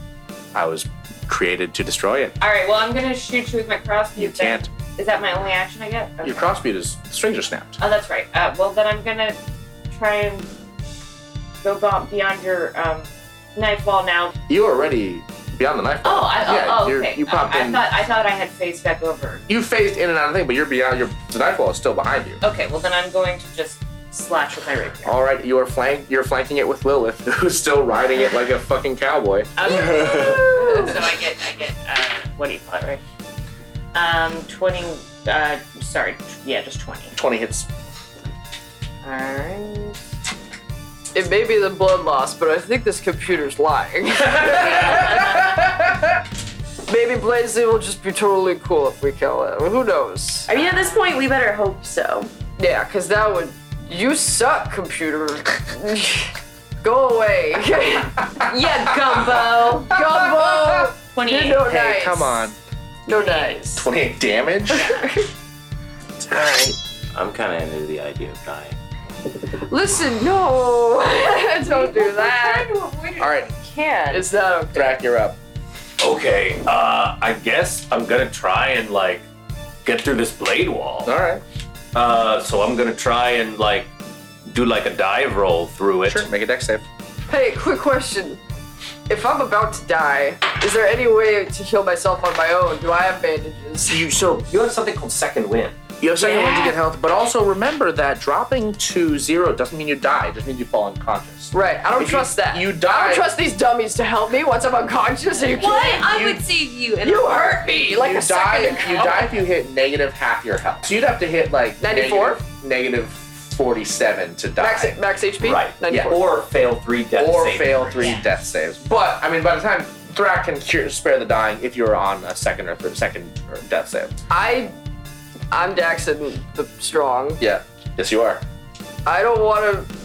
S3: I was created to destroy it.
S8: All right. Well, I'm gonna shoot you with my crossbow.
S3: You
S8: then.
S3: can't.
S8: Is that my only action I get? Okay.
S3: Your crossbeat is strings are snapped.
S8: Oh, that's right. Uh, well, then I'm gonna try and go bo- beyond your um, knife wall now.
S3: You're already beyond the knife.
S8: Oh, I, oh,
S3: Yeah,
S8: oh,
S3: you're-
S8: okay.
S3: you popped
S8: Oh, I
S3: in.
S8: thought I thought I had phased back over.
S3: You phased in and out of the thing, but you're beyond your the knife wall is still behind you.
S8: Okay, well then I'm going to just slash with my rapier.
S3: All right, you are flank. You're flanking it with Lilith, who's still riding it like a fucking cowboy.
S8: Okay. so I get I get uh, what do you call it, right? Um, twenty. Uh, sorry, t- yeah, just twenty.
S3: Twenty hits.
S8: All right.
S4: It may be the blood loss, but I think this computer's lying. Maybe Blazley will just be totally cool if we kill it. Who knows?
S5: I mean, at this point, we better hope so.
S4: Yeah, because that would. You suck, computer. Go away.
S5: Yeah, gumbo.
S4: Gumbo.
S8: Twenty-eight.
S4: No
S3: Hey,
S4: dice.
S3: come on.
S4: No dice.
S3: Twenty-eight damage.
S6: All right. I'm kind of into the idea of dying.
S4: Listen, no. Don't do that.
S3: All right,
S4: Can't. Is that okay?
S3: Thrak, you're up.
S7: Okay, uh, I guess I'm gonna try and like get through this blade wall.
S3: All right,
S7: Uh, so I'm gonna try and like do like a dive roll through it.
S3: sure. Make a deck save.
S4: Hey, quick question. If I'm about to die, is there any way to heal myself on my own? Do I have bandages?
S3: You so
S2: You have something called second wind.
S3: you have second wind to
S8: Yeah.
S3: get health, but also remember that dropping to zero doesn't mean you die. It just means you fall unconscious.
S4: Right, I don't
S3: If you-
S4: trust that.
S3: you
S4: I
S3: die-
S4: don't trust these dummies to help me once I'm unconscious. Are you kidding?
S5: What? I
S3: You-
S5: would save you. And
S4: You hurt me like
S3: you die.
S4: a second
S3: You
S4: ago.
S3: die if you hit negative half your health. So you'd have to hit like
S4: 94?
S3: negative- negative forty-seven to die.
S4: Max, max HP?
S2: Right, yeah.
S4: 94.
S2: Or fail three death
S3: or
S2: saving
S3: fail
S2: throws.
S3: three death saves. But I mean, by the time Thrak can cure, spare the dying, if you're on a second or third, second or death save.
S4: I, I'm Daxon the Strong.
S3: Yeah. Yes, you are.
S4: I don't want to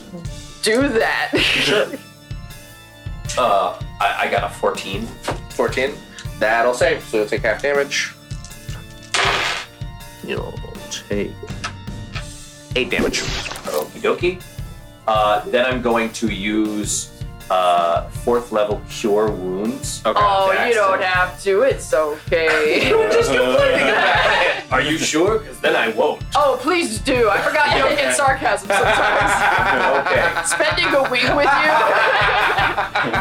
S4: do that.
S2: Uh, I, I got a 14.
S3: Fourteen. That'll save. So you'll take half damage. You'll take eight damage.
S2: Okie dokie. Uh, then I'm going to use uh, fourth level cure wounds.
S3: Okay.
S4: oh, you
S2: Daxon.
S4: don't have to. It's okay.
S2: Just complaining about it. Are you sure? Because then I won't.
S4: oh, please do. I forgot you don't get sarcasm sometimes.
S2: okay.
S4: Spending a week with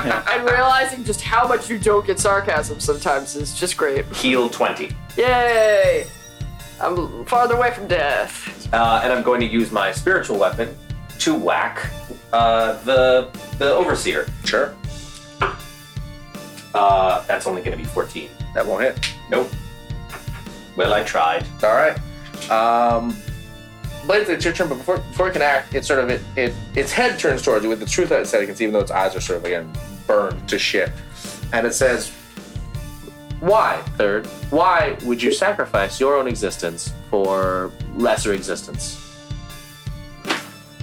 S4: you and realizing just how much you don't get sarcasm sometimes is just great.
S2: Heal 20.
S4: Yay! I'm farther away from death.
S2: Uh, and I'm going to use my spiritual weapon to whack uh, the the overseer.
S3: Sure.
S2: Uh, that's only going to be 14.
S3: That won't hit.
S2: Nope. Well, I tried.
S3: All right. Um, Blaze, it's your turn, but before before it can act, it sort of it, it its head turns towards you with the truth that it said it can see, even though its eyes are sort of again burned to shit. And it says, Why, third, why would you sacrifice your own existence for lesser existence?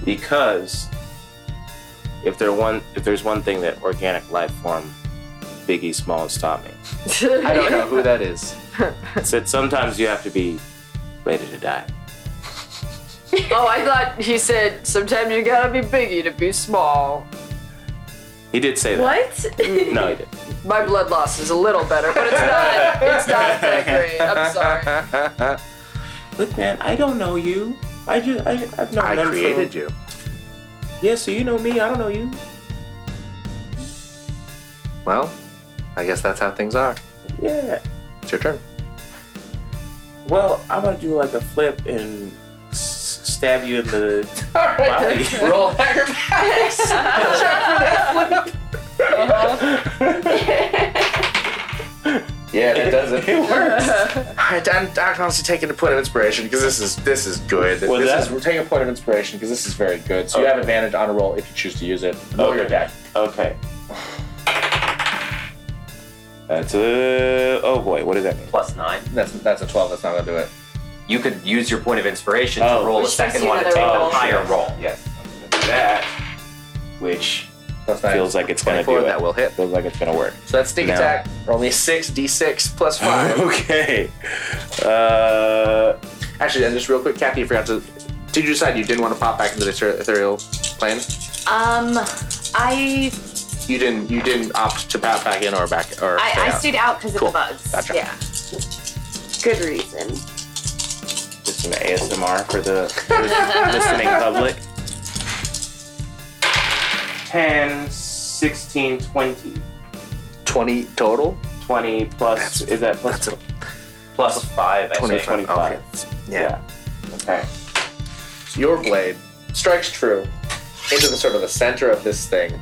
S6: because if there one if there's one thing that organic life form biggie small and stop me
S3: I don't know who that is.
S6: it's that sometimes you have to be ready to die
S4: Oh, I thought he said sometimes you gotta be biggie to be small.
S6: he did say that
S5: What?
S6: no he did
S4: My blood loss is a little better, but it's not. It's not that great. I'm sorry.
S6: look man i don't know you i just I, i've known
S3: I
S6: them
S3: created
S6: for,
S3: you.
S6: yeah so you know me i don't know you
S3: Well, I guess that's how things are.
S6: yeah
S3: It's your turn.
S6: well i'm gonna do like a flip and s- stab you in the body
S3: Roll acrobatics. Yeah, that does it. it works. Alright, I'm, I'm honestly taking a point of inspiration because this is this is good.
S6: Was
S3: this
S6: that-
S3: is we're taking a point of inspiration because this is very good. So you
S6: Okay.
S3: have advantage on a roll if you choose to use it. Roll your
S6: Okay.
S3: deck.
S6: okay that's a oh boy what does that mean
S2: Plus nine.
S3: That's that's a twelve. That's not gonna do it.
S2: You could use your point of inspiration
S6: Oh.
S2: to roll a
S8: Which gives
S2: second
S8: you
S2: one to take
S8: another roll.
S2: a higher roll.
S3: Yes.
S6: that which
S3: Plus nine.
S6: feels like it's gonna do
S3: 24,
S6: it.
S3: that will hit.
S6: Feels like it's gonna work.
S3: So that's sneak
S6: No.
S3: attack. Roll me six d6 plus five.
S6: okay. Uh,
S3: Actually, and just real quick, Kathy, you forgot to. Did you decide you didn't want to pop back into the ether- ethereal plane?
S8: Um, I
S3: You didn't. You didn't opt to pop back in or back or. stay
S8: I, I
S3: out.
S8: stayed out because
S3: Cool.
S8: of the bugs.
S3: Gotcha.
S8: Yeah.
S5: Good reason.
S6: just an ASMR for the for the listening public. 10, 16, 20.
S3: Twenty total.
S6: 20 plus, is that plus?
S3: that's a-
S6: plus 5, I say
S3: 25,
S6: 25.
S3: okay.
S6: Yeah. Okay.
S3: your blade strikes true into the sort of the center of this thing,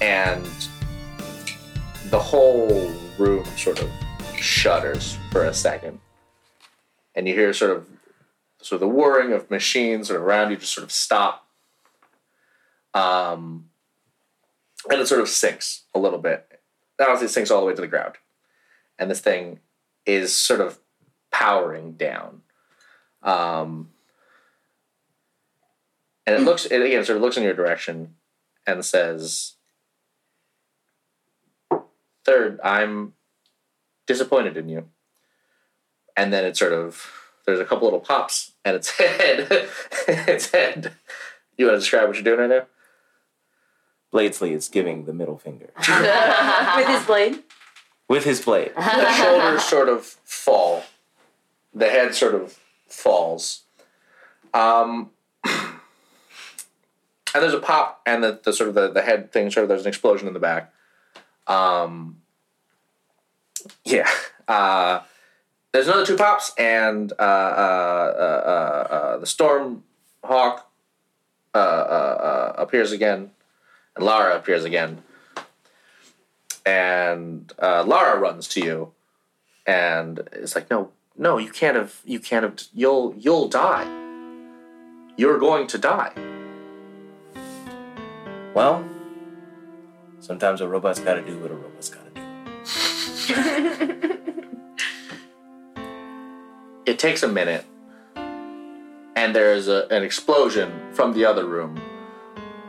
S3: and the whole room sort of shudders for a second, and you hear sort of sort of the whirring of machines sort of around you just sort of stop, um, and it sort of sinks a little bit. That honestly sinks all the way to the ground, and this thing is sort of powering down. Um, and it looks it again sort of looks in your direction and says third i'm disappointed in you and then it sort of there's a couple little pops and its head its head you want to describe what you're doing right now
S6: Bladesley is giving the middle finger
S5: With his blade? Uh-huh.
S6: with his blade.
S3: the shoulders sort of fall the head sort of falls um and there's a pop and the, the sort of the, the head thing sort of there's an explosion in the back um yeah uh there's another two pops and uh uh uh, uh, uh the storm hawk uh, uh, uh appears again and lara appears again and uh, Lara runs to you, and it's like, no, no, you can't have, you can't have, you'll, you'll die. You're going to die.
S6: Well, sometimes a robot's gotta do what a robot's gotta do.
S3: It takes a minute, and there is a, an explosion from the other room,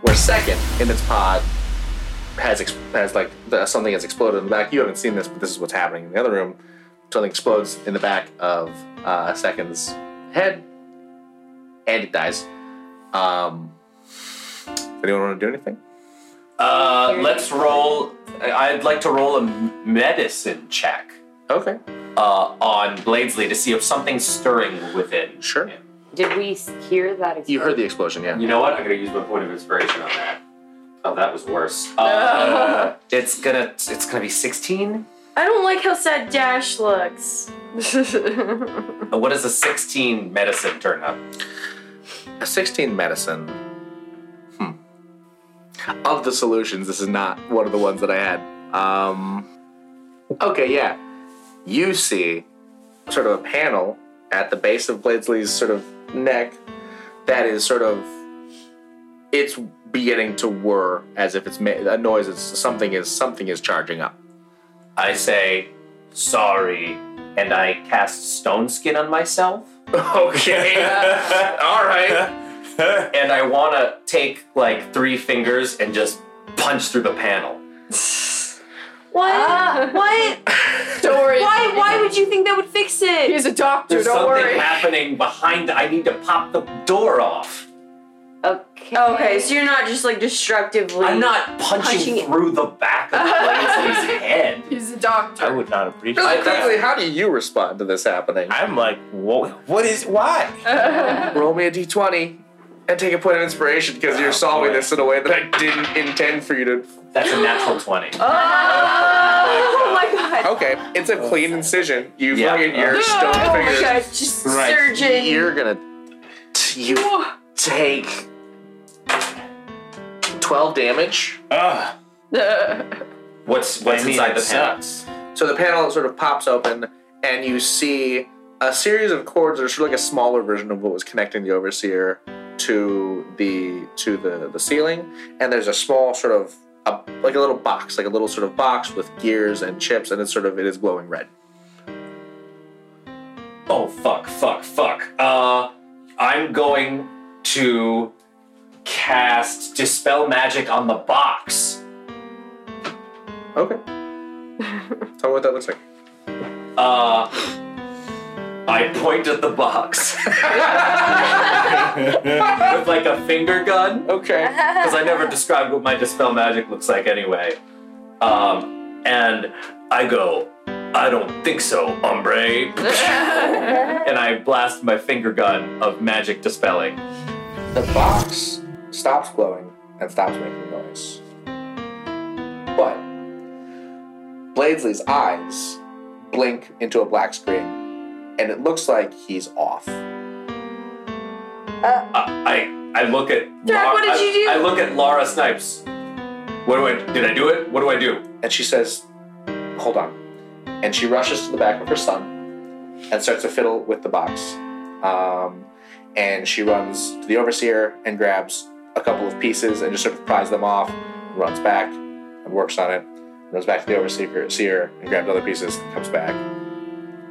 S3: where second in its pod has ex- has like the, something has exploded in the back. You haven't seen this, but this is what's happening in the other room. Something explodes in the back of uh, second's head, and it dies. Um, anyone want to do anything?
S2: Uh, let's roll. I- I'd like to roll a medicine check
S3: Okay.
S2: uh, on Bladesley to see if something's stirring within.
S3: Sure.
S8: Did we hear that?
S3: You heard the explosion, yeah.
S2: You know what? I'm gonna use my point of inspiration on that. Oh, that was worse. Uh, it's gonna it's gonna be 16.
S5: I don't like how sad Dash looks.
S2: What does a 16 medicine turn up?
S3: A 16 medicine. Hmm. Of the solutions, this is not one of the ones that I had. Um, okay, yeah. You see sort of a panel at the base of Bladesley's sort of neck that is sort of it's beginning to whir as if it's ma- a noise is something is something is charging up.
S2: I say, sorry, and I cast stone skin on myself. Okay. All right. And I want to take like three fingers and just punch through the panel.
S5: What? what?
S4: Don't worry.
S5: Why? Why would you think that would fix it?
S4: He's a doctor.
S2: There's
S4: don't
S2: something
S4: worry.
S2: happening behind. I need to pop the door off.
S8: Okay.
S5: Okay, so you're not just like destructively.
S2: I'm not punching,
S5: Punching it.
S2: through the back of Blaze's head.
S4: He's a doctor.
S6: I would not appreciate that.
S3: Really quickly, how do you respond to this happening?
S6: I'm like, whoa, what is, why?
S3: Roll me a d20 and take a point of inspiration because you're solving
S6: boy.
S3: this in a way that I didn't intend for you to.
S2: That's a natural 20.
S5: Oh my god.
S3: Okay, it's a clean incision. You
S2: Yeah.
S3: fucking your stone
S5: Oh my
S3: fingers.
S5: god. Just
S6: Right.
S5: surgeon.
S3: You're gonna. t- You take 12 damage.
S6: Ugh.
S2: What's what's
S6: I mean,
S2: inside
S6: it
S2: the panel?
S6: sucks.
S3: So the panel sort of pops open, and you see a series of cords that are sort of like a smaller version of what was connecting the overseer to the to the the ceiling. And there's a small sort of a, like a little box, like a little sort of box with gears and chips, and it's sort of it is glowing red.
S2: Oh fuck, fuck, fuck. Uh I'm going to cast dispel magic on the box.
S3: Okay. Tell me what that looks like.
S2: Uh I point at the box. With like a finger gun.
S3: Okay.
S2: Because I never described what my dispel magic looks like anyway. Um and I go, I don't think so, hombre. and I blast my finger gun of magic dispelling.
S3: The box stops glowing and stops making noise. But Bladesley's eyes blink into a black screen, and it looks like he's off.
S2: I I I look at
S5: Jack, what did
S2: I,
S5: you do?
S2: I look at Laura Snipes. What do I did I do it? What do I do?
S3: And she says, Hold on. And she rushes to the back of her son and starts to fiddle with the box. Um, and she runs to the overseer and grabs a couple of pieces and just sort of pries them off, and runs back and works on it, runs back to the overseer seer and grabs other pieces, comes back.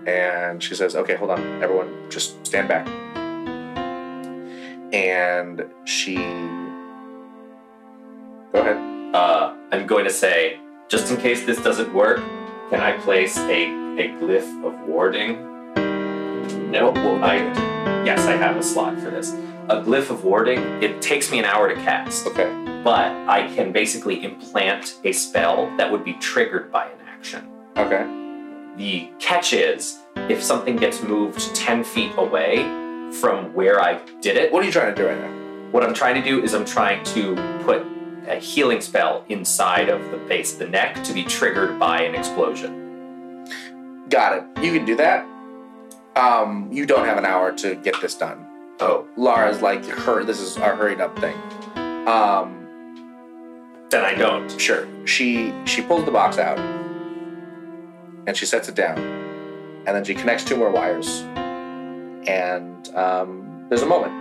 S3: And she says, Okay, hold on, everyone, just stand back. And she. Go ahead.
S2: Uh, I'm going to say, just in case this doesn't work, can I place a a glyph of warding? No, I yes, I have a slot for this. A glyph of warding. It takes me an hour to cast,
S3: Okay.
S2: but I can basically implant a spell that would be triggered by an action.
S3: Okay.
S2: The catch is if something gets moved 10 feet away from where I did it,
S3: What are you trying to do right now?
S2: what I'm trying to do is I'm trying to put a healing spell inside of the base of the neck to be triggered by an explosion.
S3: Got it. You can do that. Um, you don't have an hour to get this done.
S2: Oh,
S3: Lara's like, her. This is our hurried up thing. Um,
S2: then I don't.
S3: sure. She she pulls the box out and she sets it down, and then she connects two more wires. And um, there's a moment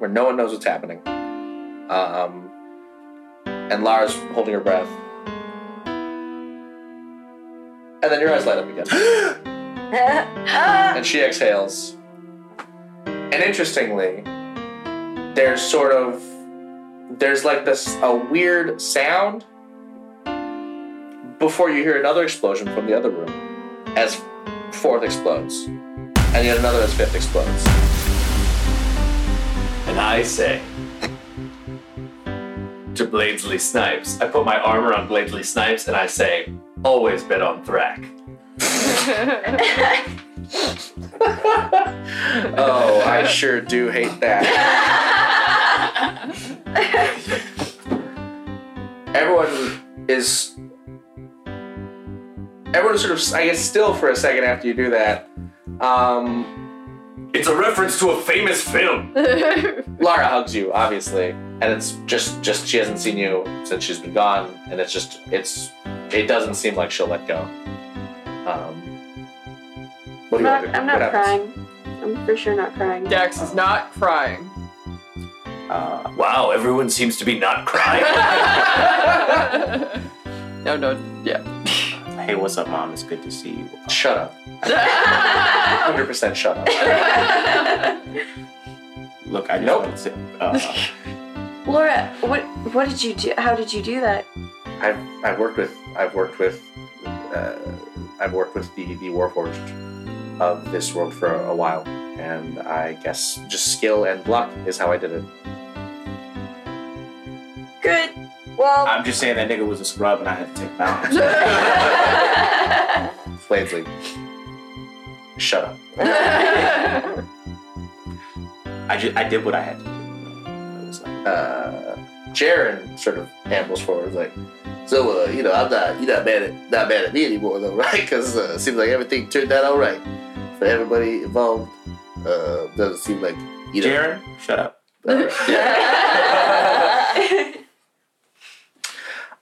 S3: where no one knows what's happening. Um, and Lara's holding her breath. And then your eyes light up again. and she exhales. And interestingly, there's sort of there's like this a weird sound before you hear another explosion from the other room as fourth explodes and yet another as fifth explodes
S2: And I say to Bladesley Snipes, I put my arm around Bladesley Snipes and I say, always bet on Thrak.
S3: oh i sure do hate that everyone is everyone is sort of i guess still for a second after you do that um
S2: It's a reference to a famous film.
S3: Lara hugs you, obviously, and it's just just she hasn't seen you since she's been gone, and it's just it's it doesn't seem like she'll let go. Um, what do you want
S5: I'm not,
S3: to do? What
S5: I'm not
S3: happens?
S5: crying. I'm for sure not crying.
S4: Dax is not crying.
S7: Wow, everyone seems to be not crying.
S4: No, no, yeah.
S6: Hey, what's up, mom? It's good to see you.
S3: Shut up. 100% shut up.
S6: Look, I just
S3: Nope.
S6: wanted to. Uh,
S5: Laura, what what did you do? How did you do that?
S3: I've, I've worked with I've worked with uh, I've worked with the the Warforged of this world for a while, and I guess just skill and luck is how I did it.
S5: Good. Well,
S6: I'm just saying that nigga was a scrub and I had to take him out.
S3: Flansley, shut up.
S6: I just I did what I had to do. It was like,
S3: Uh, Jaren sort of ambles forward like, so uh, you know I'm not you're not mad at not mad at me anymore though, right? Because uh, it seems like everything turned out all right for everybody involved. Uh, doesn't seem like you know.
S6: Jaren, shut up.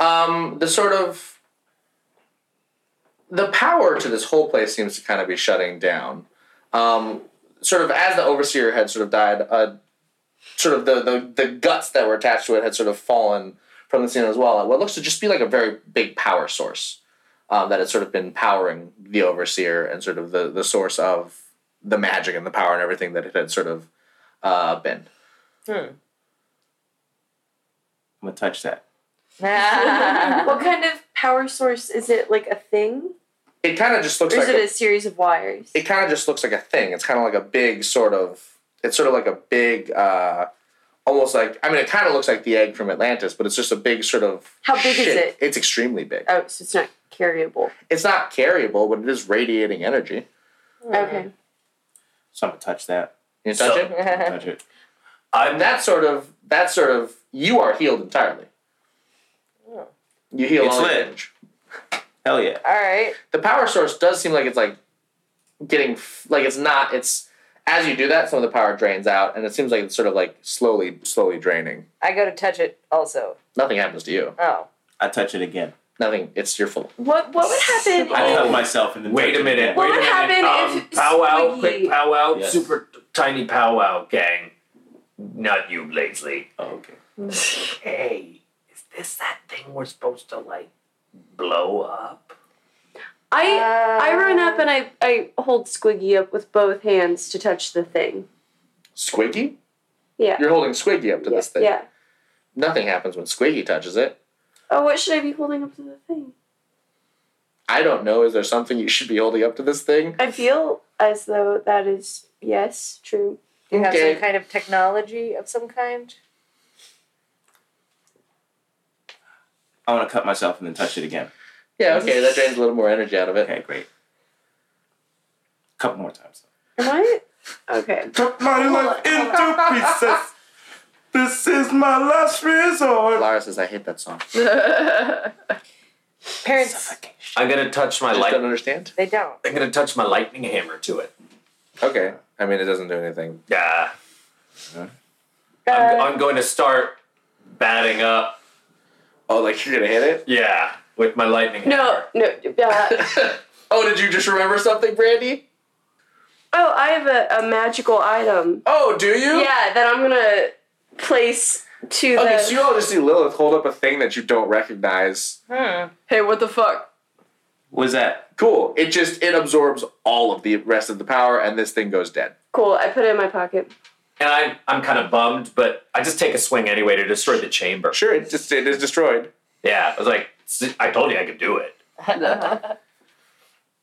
S3: um, the sort of the power to this whole place seems to kind of be shutting down. Um, sort of as the overseer had sort of died, uh, sort of the, the the guts that were attached to it had sort of fallen from the scene as well. And what looks to just be like a very big power source um, that had sort of been powering the overseer and sort of the the source of the magic and the power and everything that it had sort of uh, been.
S5: Hmm.
S6: I'm gonna touch that.
S5: what kind of power source is it? Like a thing,
S3: It kind of just looks
S5: or is
S3: like
S5: it
S3: a-
S5: a series of wires?
S3: it kind of just looks like a thing. It's kind of like a big sort of. It's sort of like a big, uh, almost like I mean, it kind of looks like the egg from Atlantis, but it's just a big sort of.
S5: How big is
S3: shape.
S5: it?
S3: It's extremely big.
S5: Oh, so it's not carryable.
S3: It's not carryable, but it is radiating energy.
S5: Okay.
S6: So I'm gonna touch that.
S3: You touch
S7: So-
S3: it,
S6: Touch it.
S7: I'm
S3: and that sort of that sort of you are healed entirely.
S5: Oh.
S3: You heal
S6: It's
S3: all your
S6: lit.
S3: damage.
S6: Hell yeah.
S8: All right.
S3: The power source does seem like it's like getting f- like it's not. It's as you do that, some of the power drains out, and it seems like it's sort of like slowly, slowly draining.
S8: I go to touch it also.
S3: Nothing happens to you.
S8: Oh.
S6: I touch it again.
S3: Nothing. It's your fault.
S5: What what would happen?
S6: I
S5: if-
S6: cut myself and then
S7: Wait
S6: touch
S7: a
S6: it
S7: minute.
S6: again.
S5: What
S7: wait
S5: would
S7: a minute.
S5: happen
S7: um,
S5: if
S7: powwow,
S5: Swiggy-
S7: quick powwow,
S6: Yes.
S7: super t- tiny powwow gang. Not you, Blaisley.
S6: Oh, okay.
S7: Hey, is this that thing we're supposed to like blow up?
S5: I I run up and I I hold Squiggy up with both hands to touch the thing.
S3: Squiggy?
S5: Yeah.
S3: You're holding Squiggy up to this thing.
S5: Yeah.
S3: Nothing happens when Squiggy touches it.
S5: Oh, what should I be holding up to the thing?
S3: I don't know. Is there something you should be holding up to this thing?
S5: I feel as though that is yes, true.
S8: Do you have
S3: Okay.
S8: some kind of technology of some kind?
S6: I wanna cut myself and then touch it again.
S3: Yeah, okay. That drains a little more energy out of it.
S6: Okay, great. Couple more times.
S5: Am I? Okay.
S6: Cut my life into pieces. This is my last resort.
S3: Lara says, I hate that song. You
S8: Parents,
S7: I'm gonna touch my
S3: just
S7: light.
S3: don't understand?
S8: they don't.
S7: I'm gonna touch my lightning hammer to it.
S3: Okay. I mean, it doesn't do anything.
S7: Yeah.
S5: Uh,
S7: I'm, I'm going to start batting up.
S3: Oh, like you're going to hit it?
S7: Yeah, with my lightning.
S5: no, no. Uh,
S3: oh, did you just remember something, Brandy?
S5: oh, I have a, a magical item.
S3: Oh, do you?
S5: Yeah, that I'm gonna place to
S3: Okay,
S5: the.
S3: so you all just see Lilith hold up a thing that you don't recognize.
S8: Hmm.
S4: Hey, what the fuck?
S6: What's that?
S3: Cool. It just, it absorbs all of the rest of the power and this thing goes dead.
S5: cool. I put it in my pocket.
S7: And I'm I'm kind of bummed, but I just take a swing anyway to destroy the chamber.
S3: Sure, it just, it is destroyed.
S7: Yeah, I was like, "S- I told you I could do it.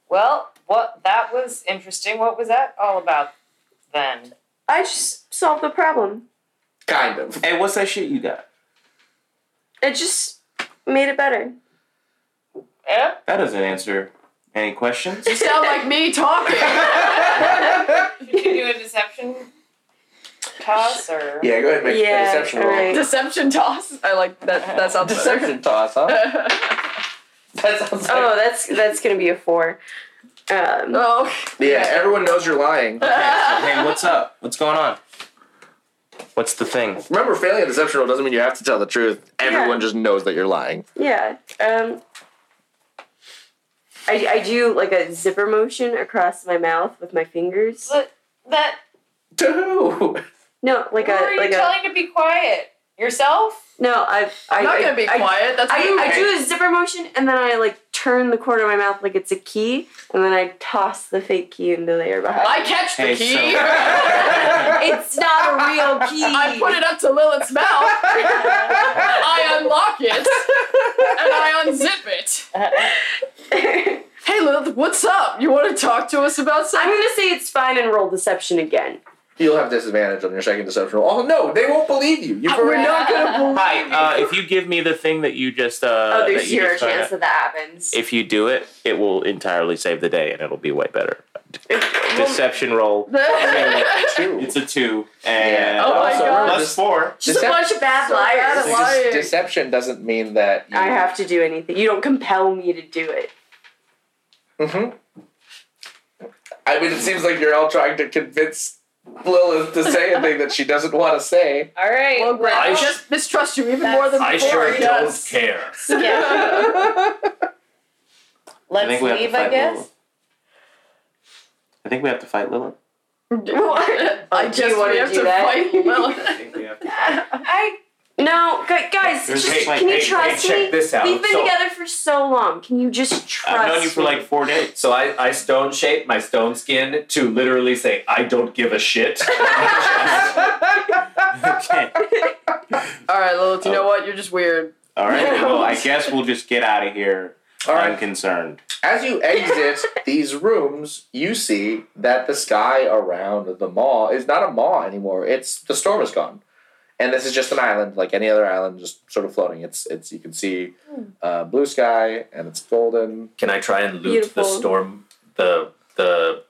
S8: Well, what that was interesting. What was that all about then?
S5: I just solved the problem.
S3: Kind of.
S6: Hey, what's that shit you got?
S5: It just made it better.
S8: Eh?
S6: That doesn't answer any questions.
S4: You sound like me talking.
S8: Should you do a deception toss or?
S3: Yeah, go ahead and make
S5: Yeah,
S3: a deception roll.
S5: alright.
S4: Deception toss. I like that. That sounds
S3: Deception toss, huh?
S4: better.
S3: That sounds like.
S5: Oh, that's that's gonna be a four. Um,
S4: oh,
S3: Yeah, everyone knows you're lying.
S6: hey, what's up? What's going on? What's the thing?
S3: Remember, failing a deception roll doesn't mean you have to tell the truth. Everyone just knows that you're lying.
S5: Yeah. Um, I, I do like a zipper motion across my mouth with my fingers.
S8: But that
S3: To who?
S5: No, like
S8: Who
S5: a
S8: are you
S5: like a
S8: telling to be quiet? Yourself?
S5: no. I, I
S4: I'm not gonna be
S5: I,
S4: quiet. That's
S5: I,
S4: moving.
S5: I do a zipper motion and then I like turn the corner of my mouth like it's a key and then I toss the fake key into the air behind.
S4: I catch the
S6: Hey,
S4: key.
S6: so-
S5: it's not a real key.
S4: I put it up to Lilith's mouth. I unlock it and I unzip it. Hey Lilith, what's up? You want to talk to us about
S5: I'm
S4: something?
S5: gonna say it's fine and roll deception again.
S3: You'll have disadvantage on your second deception roll. Oh no, they won't believe you. You've
S4: We're
S3: already
S4: not gonna believe.
S6: Hi. Uh, if you give me the thing that you just uh,
S5: oh, there's
S6: that you
S5: zero
S6: just found
S5: chance
S6: out,
S5: that that happens.
S6: if you do it, it will entirely save the day, and it'll be way better. Deception roll.
S3: two.
S6: It's a two, and
S4: Oh my
S3: Also,
S4: God.
S6: plus four.
S5: Just a
S3: Decep-
S5: bunch of bad
S4: so bad
S5: liars.
S4: at lying.
S3: Dis- deception doesn't mean that you,
S5: I have to do anything. You don't compel me to do it.
S3: hmm Mm-hmm. I mean, it seems like you're all trying to convince Lilith to say a thing that she doesn't want to say.
S8: All right.
S4: well, great. I
S7: I sh-
S4: just mistrust you even
S8: That's-
S4: more than
S7: I
S4: before.
S7: sure don't
S4: yes.
S7: care.
S6: I think
S8: Let's
S6: we have to
S8: leave, I
S6: fight
S8: guess.
S6: Lilith. I think we have to fight Lilith.
S4: I
S5: Do
S4: just
S5: you wanna
S4: we have
S5: do
S4: to
S5: that?
S4: fight Lilith.
S6: I think we have to.
S8: I
S5: No, gu- guys,
S6: There's-
S5: just
S6: hey,
S5: can
S7: hey,
S5: you trust
S7: hey, check
S5: me?
S7: this out.
S5: We've been
S7: So-
S5: together for so long. Can you just trust
S6: I've known you for
S5: me?
S6: like four days.
S7: So I, I stone shape my stone skin to literally say, I don't give a shit.
S6: okay.
S4: All right, Lilith. You know what? You're just weird.
S6: All right. Well, I guess we'll just get out of here.
S3: All right.
S6: Unconcerned.
S3: As you exit these rooms, you see that the sky around the mall is not a mall anymore. It's the storm is gone, and this is just an island like any other island, just sort of floating. It's it's you can see uh, blue sky and it's golden.
S7: Can I try and loot
S5: Beautiful.
S7: the storm, the the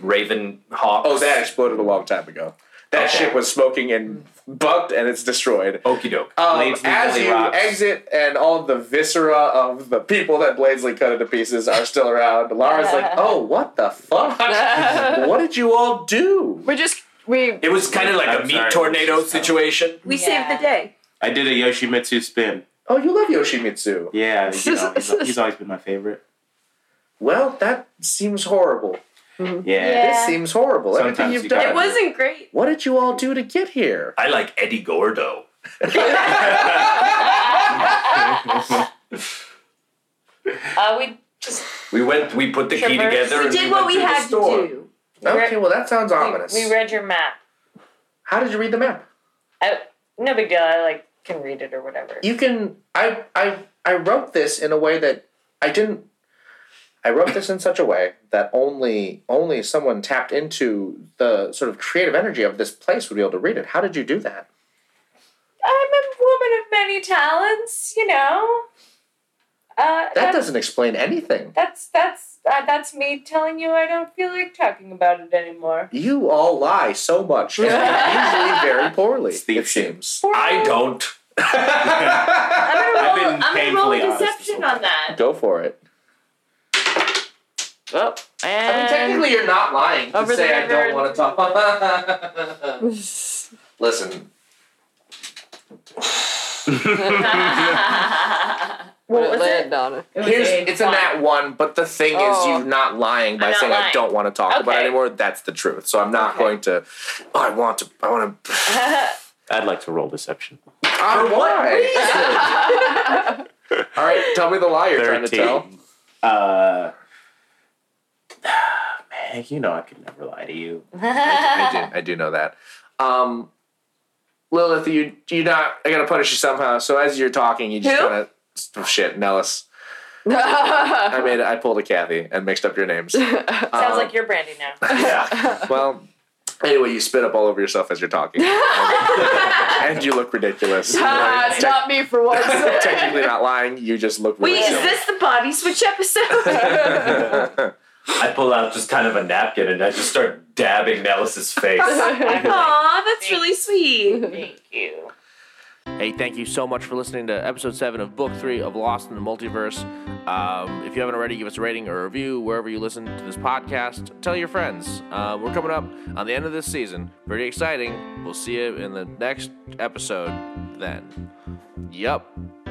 S7: raven hawk?
S3: Oh, that exploded a long time ago. That
S7: Okay.
S3: ship was smoking and bugged, and it's destroyed.
S7: Okie doke.
S3: Um,
S6: Bladesley
S3: as
S6: Gully
S3: you
S6: rocks.
S3: exit and all the viscera of the people that Bladesley cut into pieces are still around, Lara's like, oh, what the fuck? what did you all do?
S4: We just we
S7: It was kind of like
S6: I'm
S7: a
S6: sorry.
S7: meat tornado situation.
S5: we
S8: Yeah.
S5: saved the day.
S6: I did a Yoshimitsu spin.
S3: Oh, you love Yoshimitsu.
S6: Yeah, you know, he's, he's always been my favorite.
S3: Well, that seems horrible.
S6: Yeah.
S8: Yeah.
S3: This seems horrible. Everything
S6: Sometimes
S3: you've
S6: you
S3: done.
S6: gotta
S5: It wasn't great.
S3: what did you all do to get here?
S7: I like Eddie Gordo.
S8: uh, we just
S7: We went. We put the key
S8: Traverse.
S7: together.
S5: We
S7: and
S5: did what
S7: went
S5: we
S7: to the
S5: had to
S7: store.
S5: do.
S3: Okay, well, that sounds ominous.
S8: we read your map.
S3: How did you read the map?
S8: I, no big deal. I like can read it or whatever.
S3: you can I I I wrote this in a way that I didn't I wrote this in such a way that only only someone tapped into the sort of creative energy of this place would be able to read it. How did you do that?
S8: I'm a woman of many talents, you know. Uh,
S3: That doesn't explain anything.
S8: That's that's uh, that's me telling you I don't feel like talking about it anymore.
S3: You all lie so much, and usually very poorly.
S6: It's the
S3: It seems.
S7: I don't.
S5: I'm gonna
S6: I've
S5: roll,
S6: been
S5: I'm gonna roll a
S6: painfully honest this
S5: deception on that.
S3: Go for it.
S4: oh and
S3: you're not lying
S4: to Over say the I don't river.
S3: want to talk. Listen,
S4: what
S5: was it?
S4: land on it?
S3: Here's, it's a nat one, but the thing is,
S4: Oh.
S3: you're not lying by
S8: I'm not
S3: saying I
S8: lying.
S3: don't want to talk about it
S8: Okay.
S3: anymore. That's the truth. So I'm not going to. "Oh, I want to. I want to.
S6: I'd like to roll deception.
S3: For All right, tell me the lie you're trying to tell.
S6: Uh, man, you know I could never lie to you.
S3: I do, I do. I do know that. Um, Lilith, you you not. I gotta punish you somehow. So as you're talking, you just
S4: Who?
S3: kind of oh, shit, Nellis. I made. I pulled a Kathy and mixed up your names. Uh,
S8: Sounds like you're brandy now.
S3: Well, anyway, you spit up all over yourself as you're talking, and you look ridiculous.
S4: Ah, it's not me for once.
S3: Technically not lying. You just look really
S5: Wait, is
S3: silly.
S5: this the body switch episode?
S7: I pull out just kind of a napkin and I just start dabbing Nellis's face.
S5: Aw, that's really sweet.
S8: Thank you.
S9: Hey, thank you so much for listening to episode 7 of book 3 of Lost in the Multiverse. Um, if you haven't already, give us a rating or a review wherever you listen to this podcast. Tell your friends. Uh, we're coming up on the end of this season. Pretty exciting. We'll see you in the next episode then. Yup.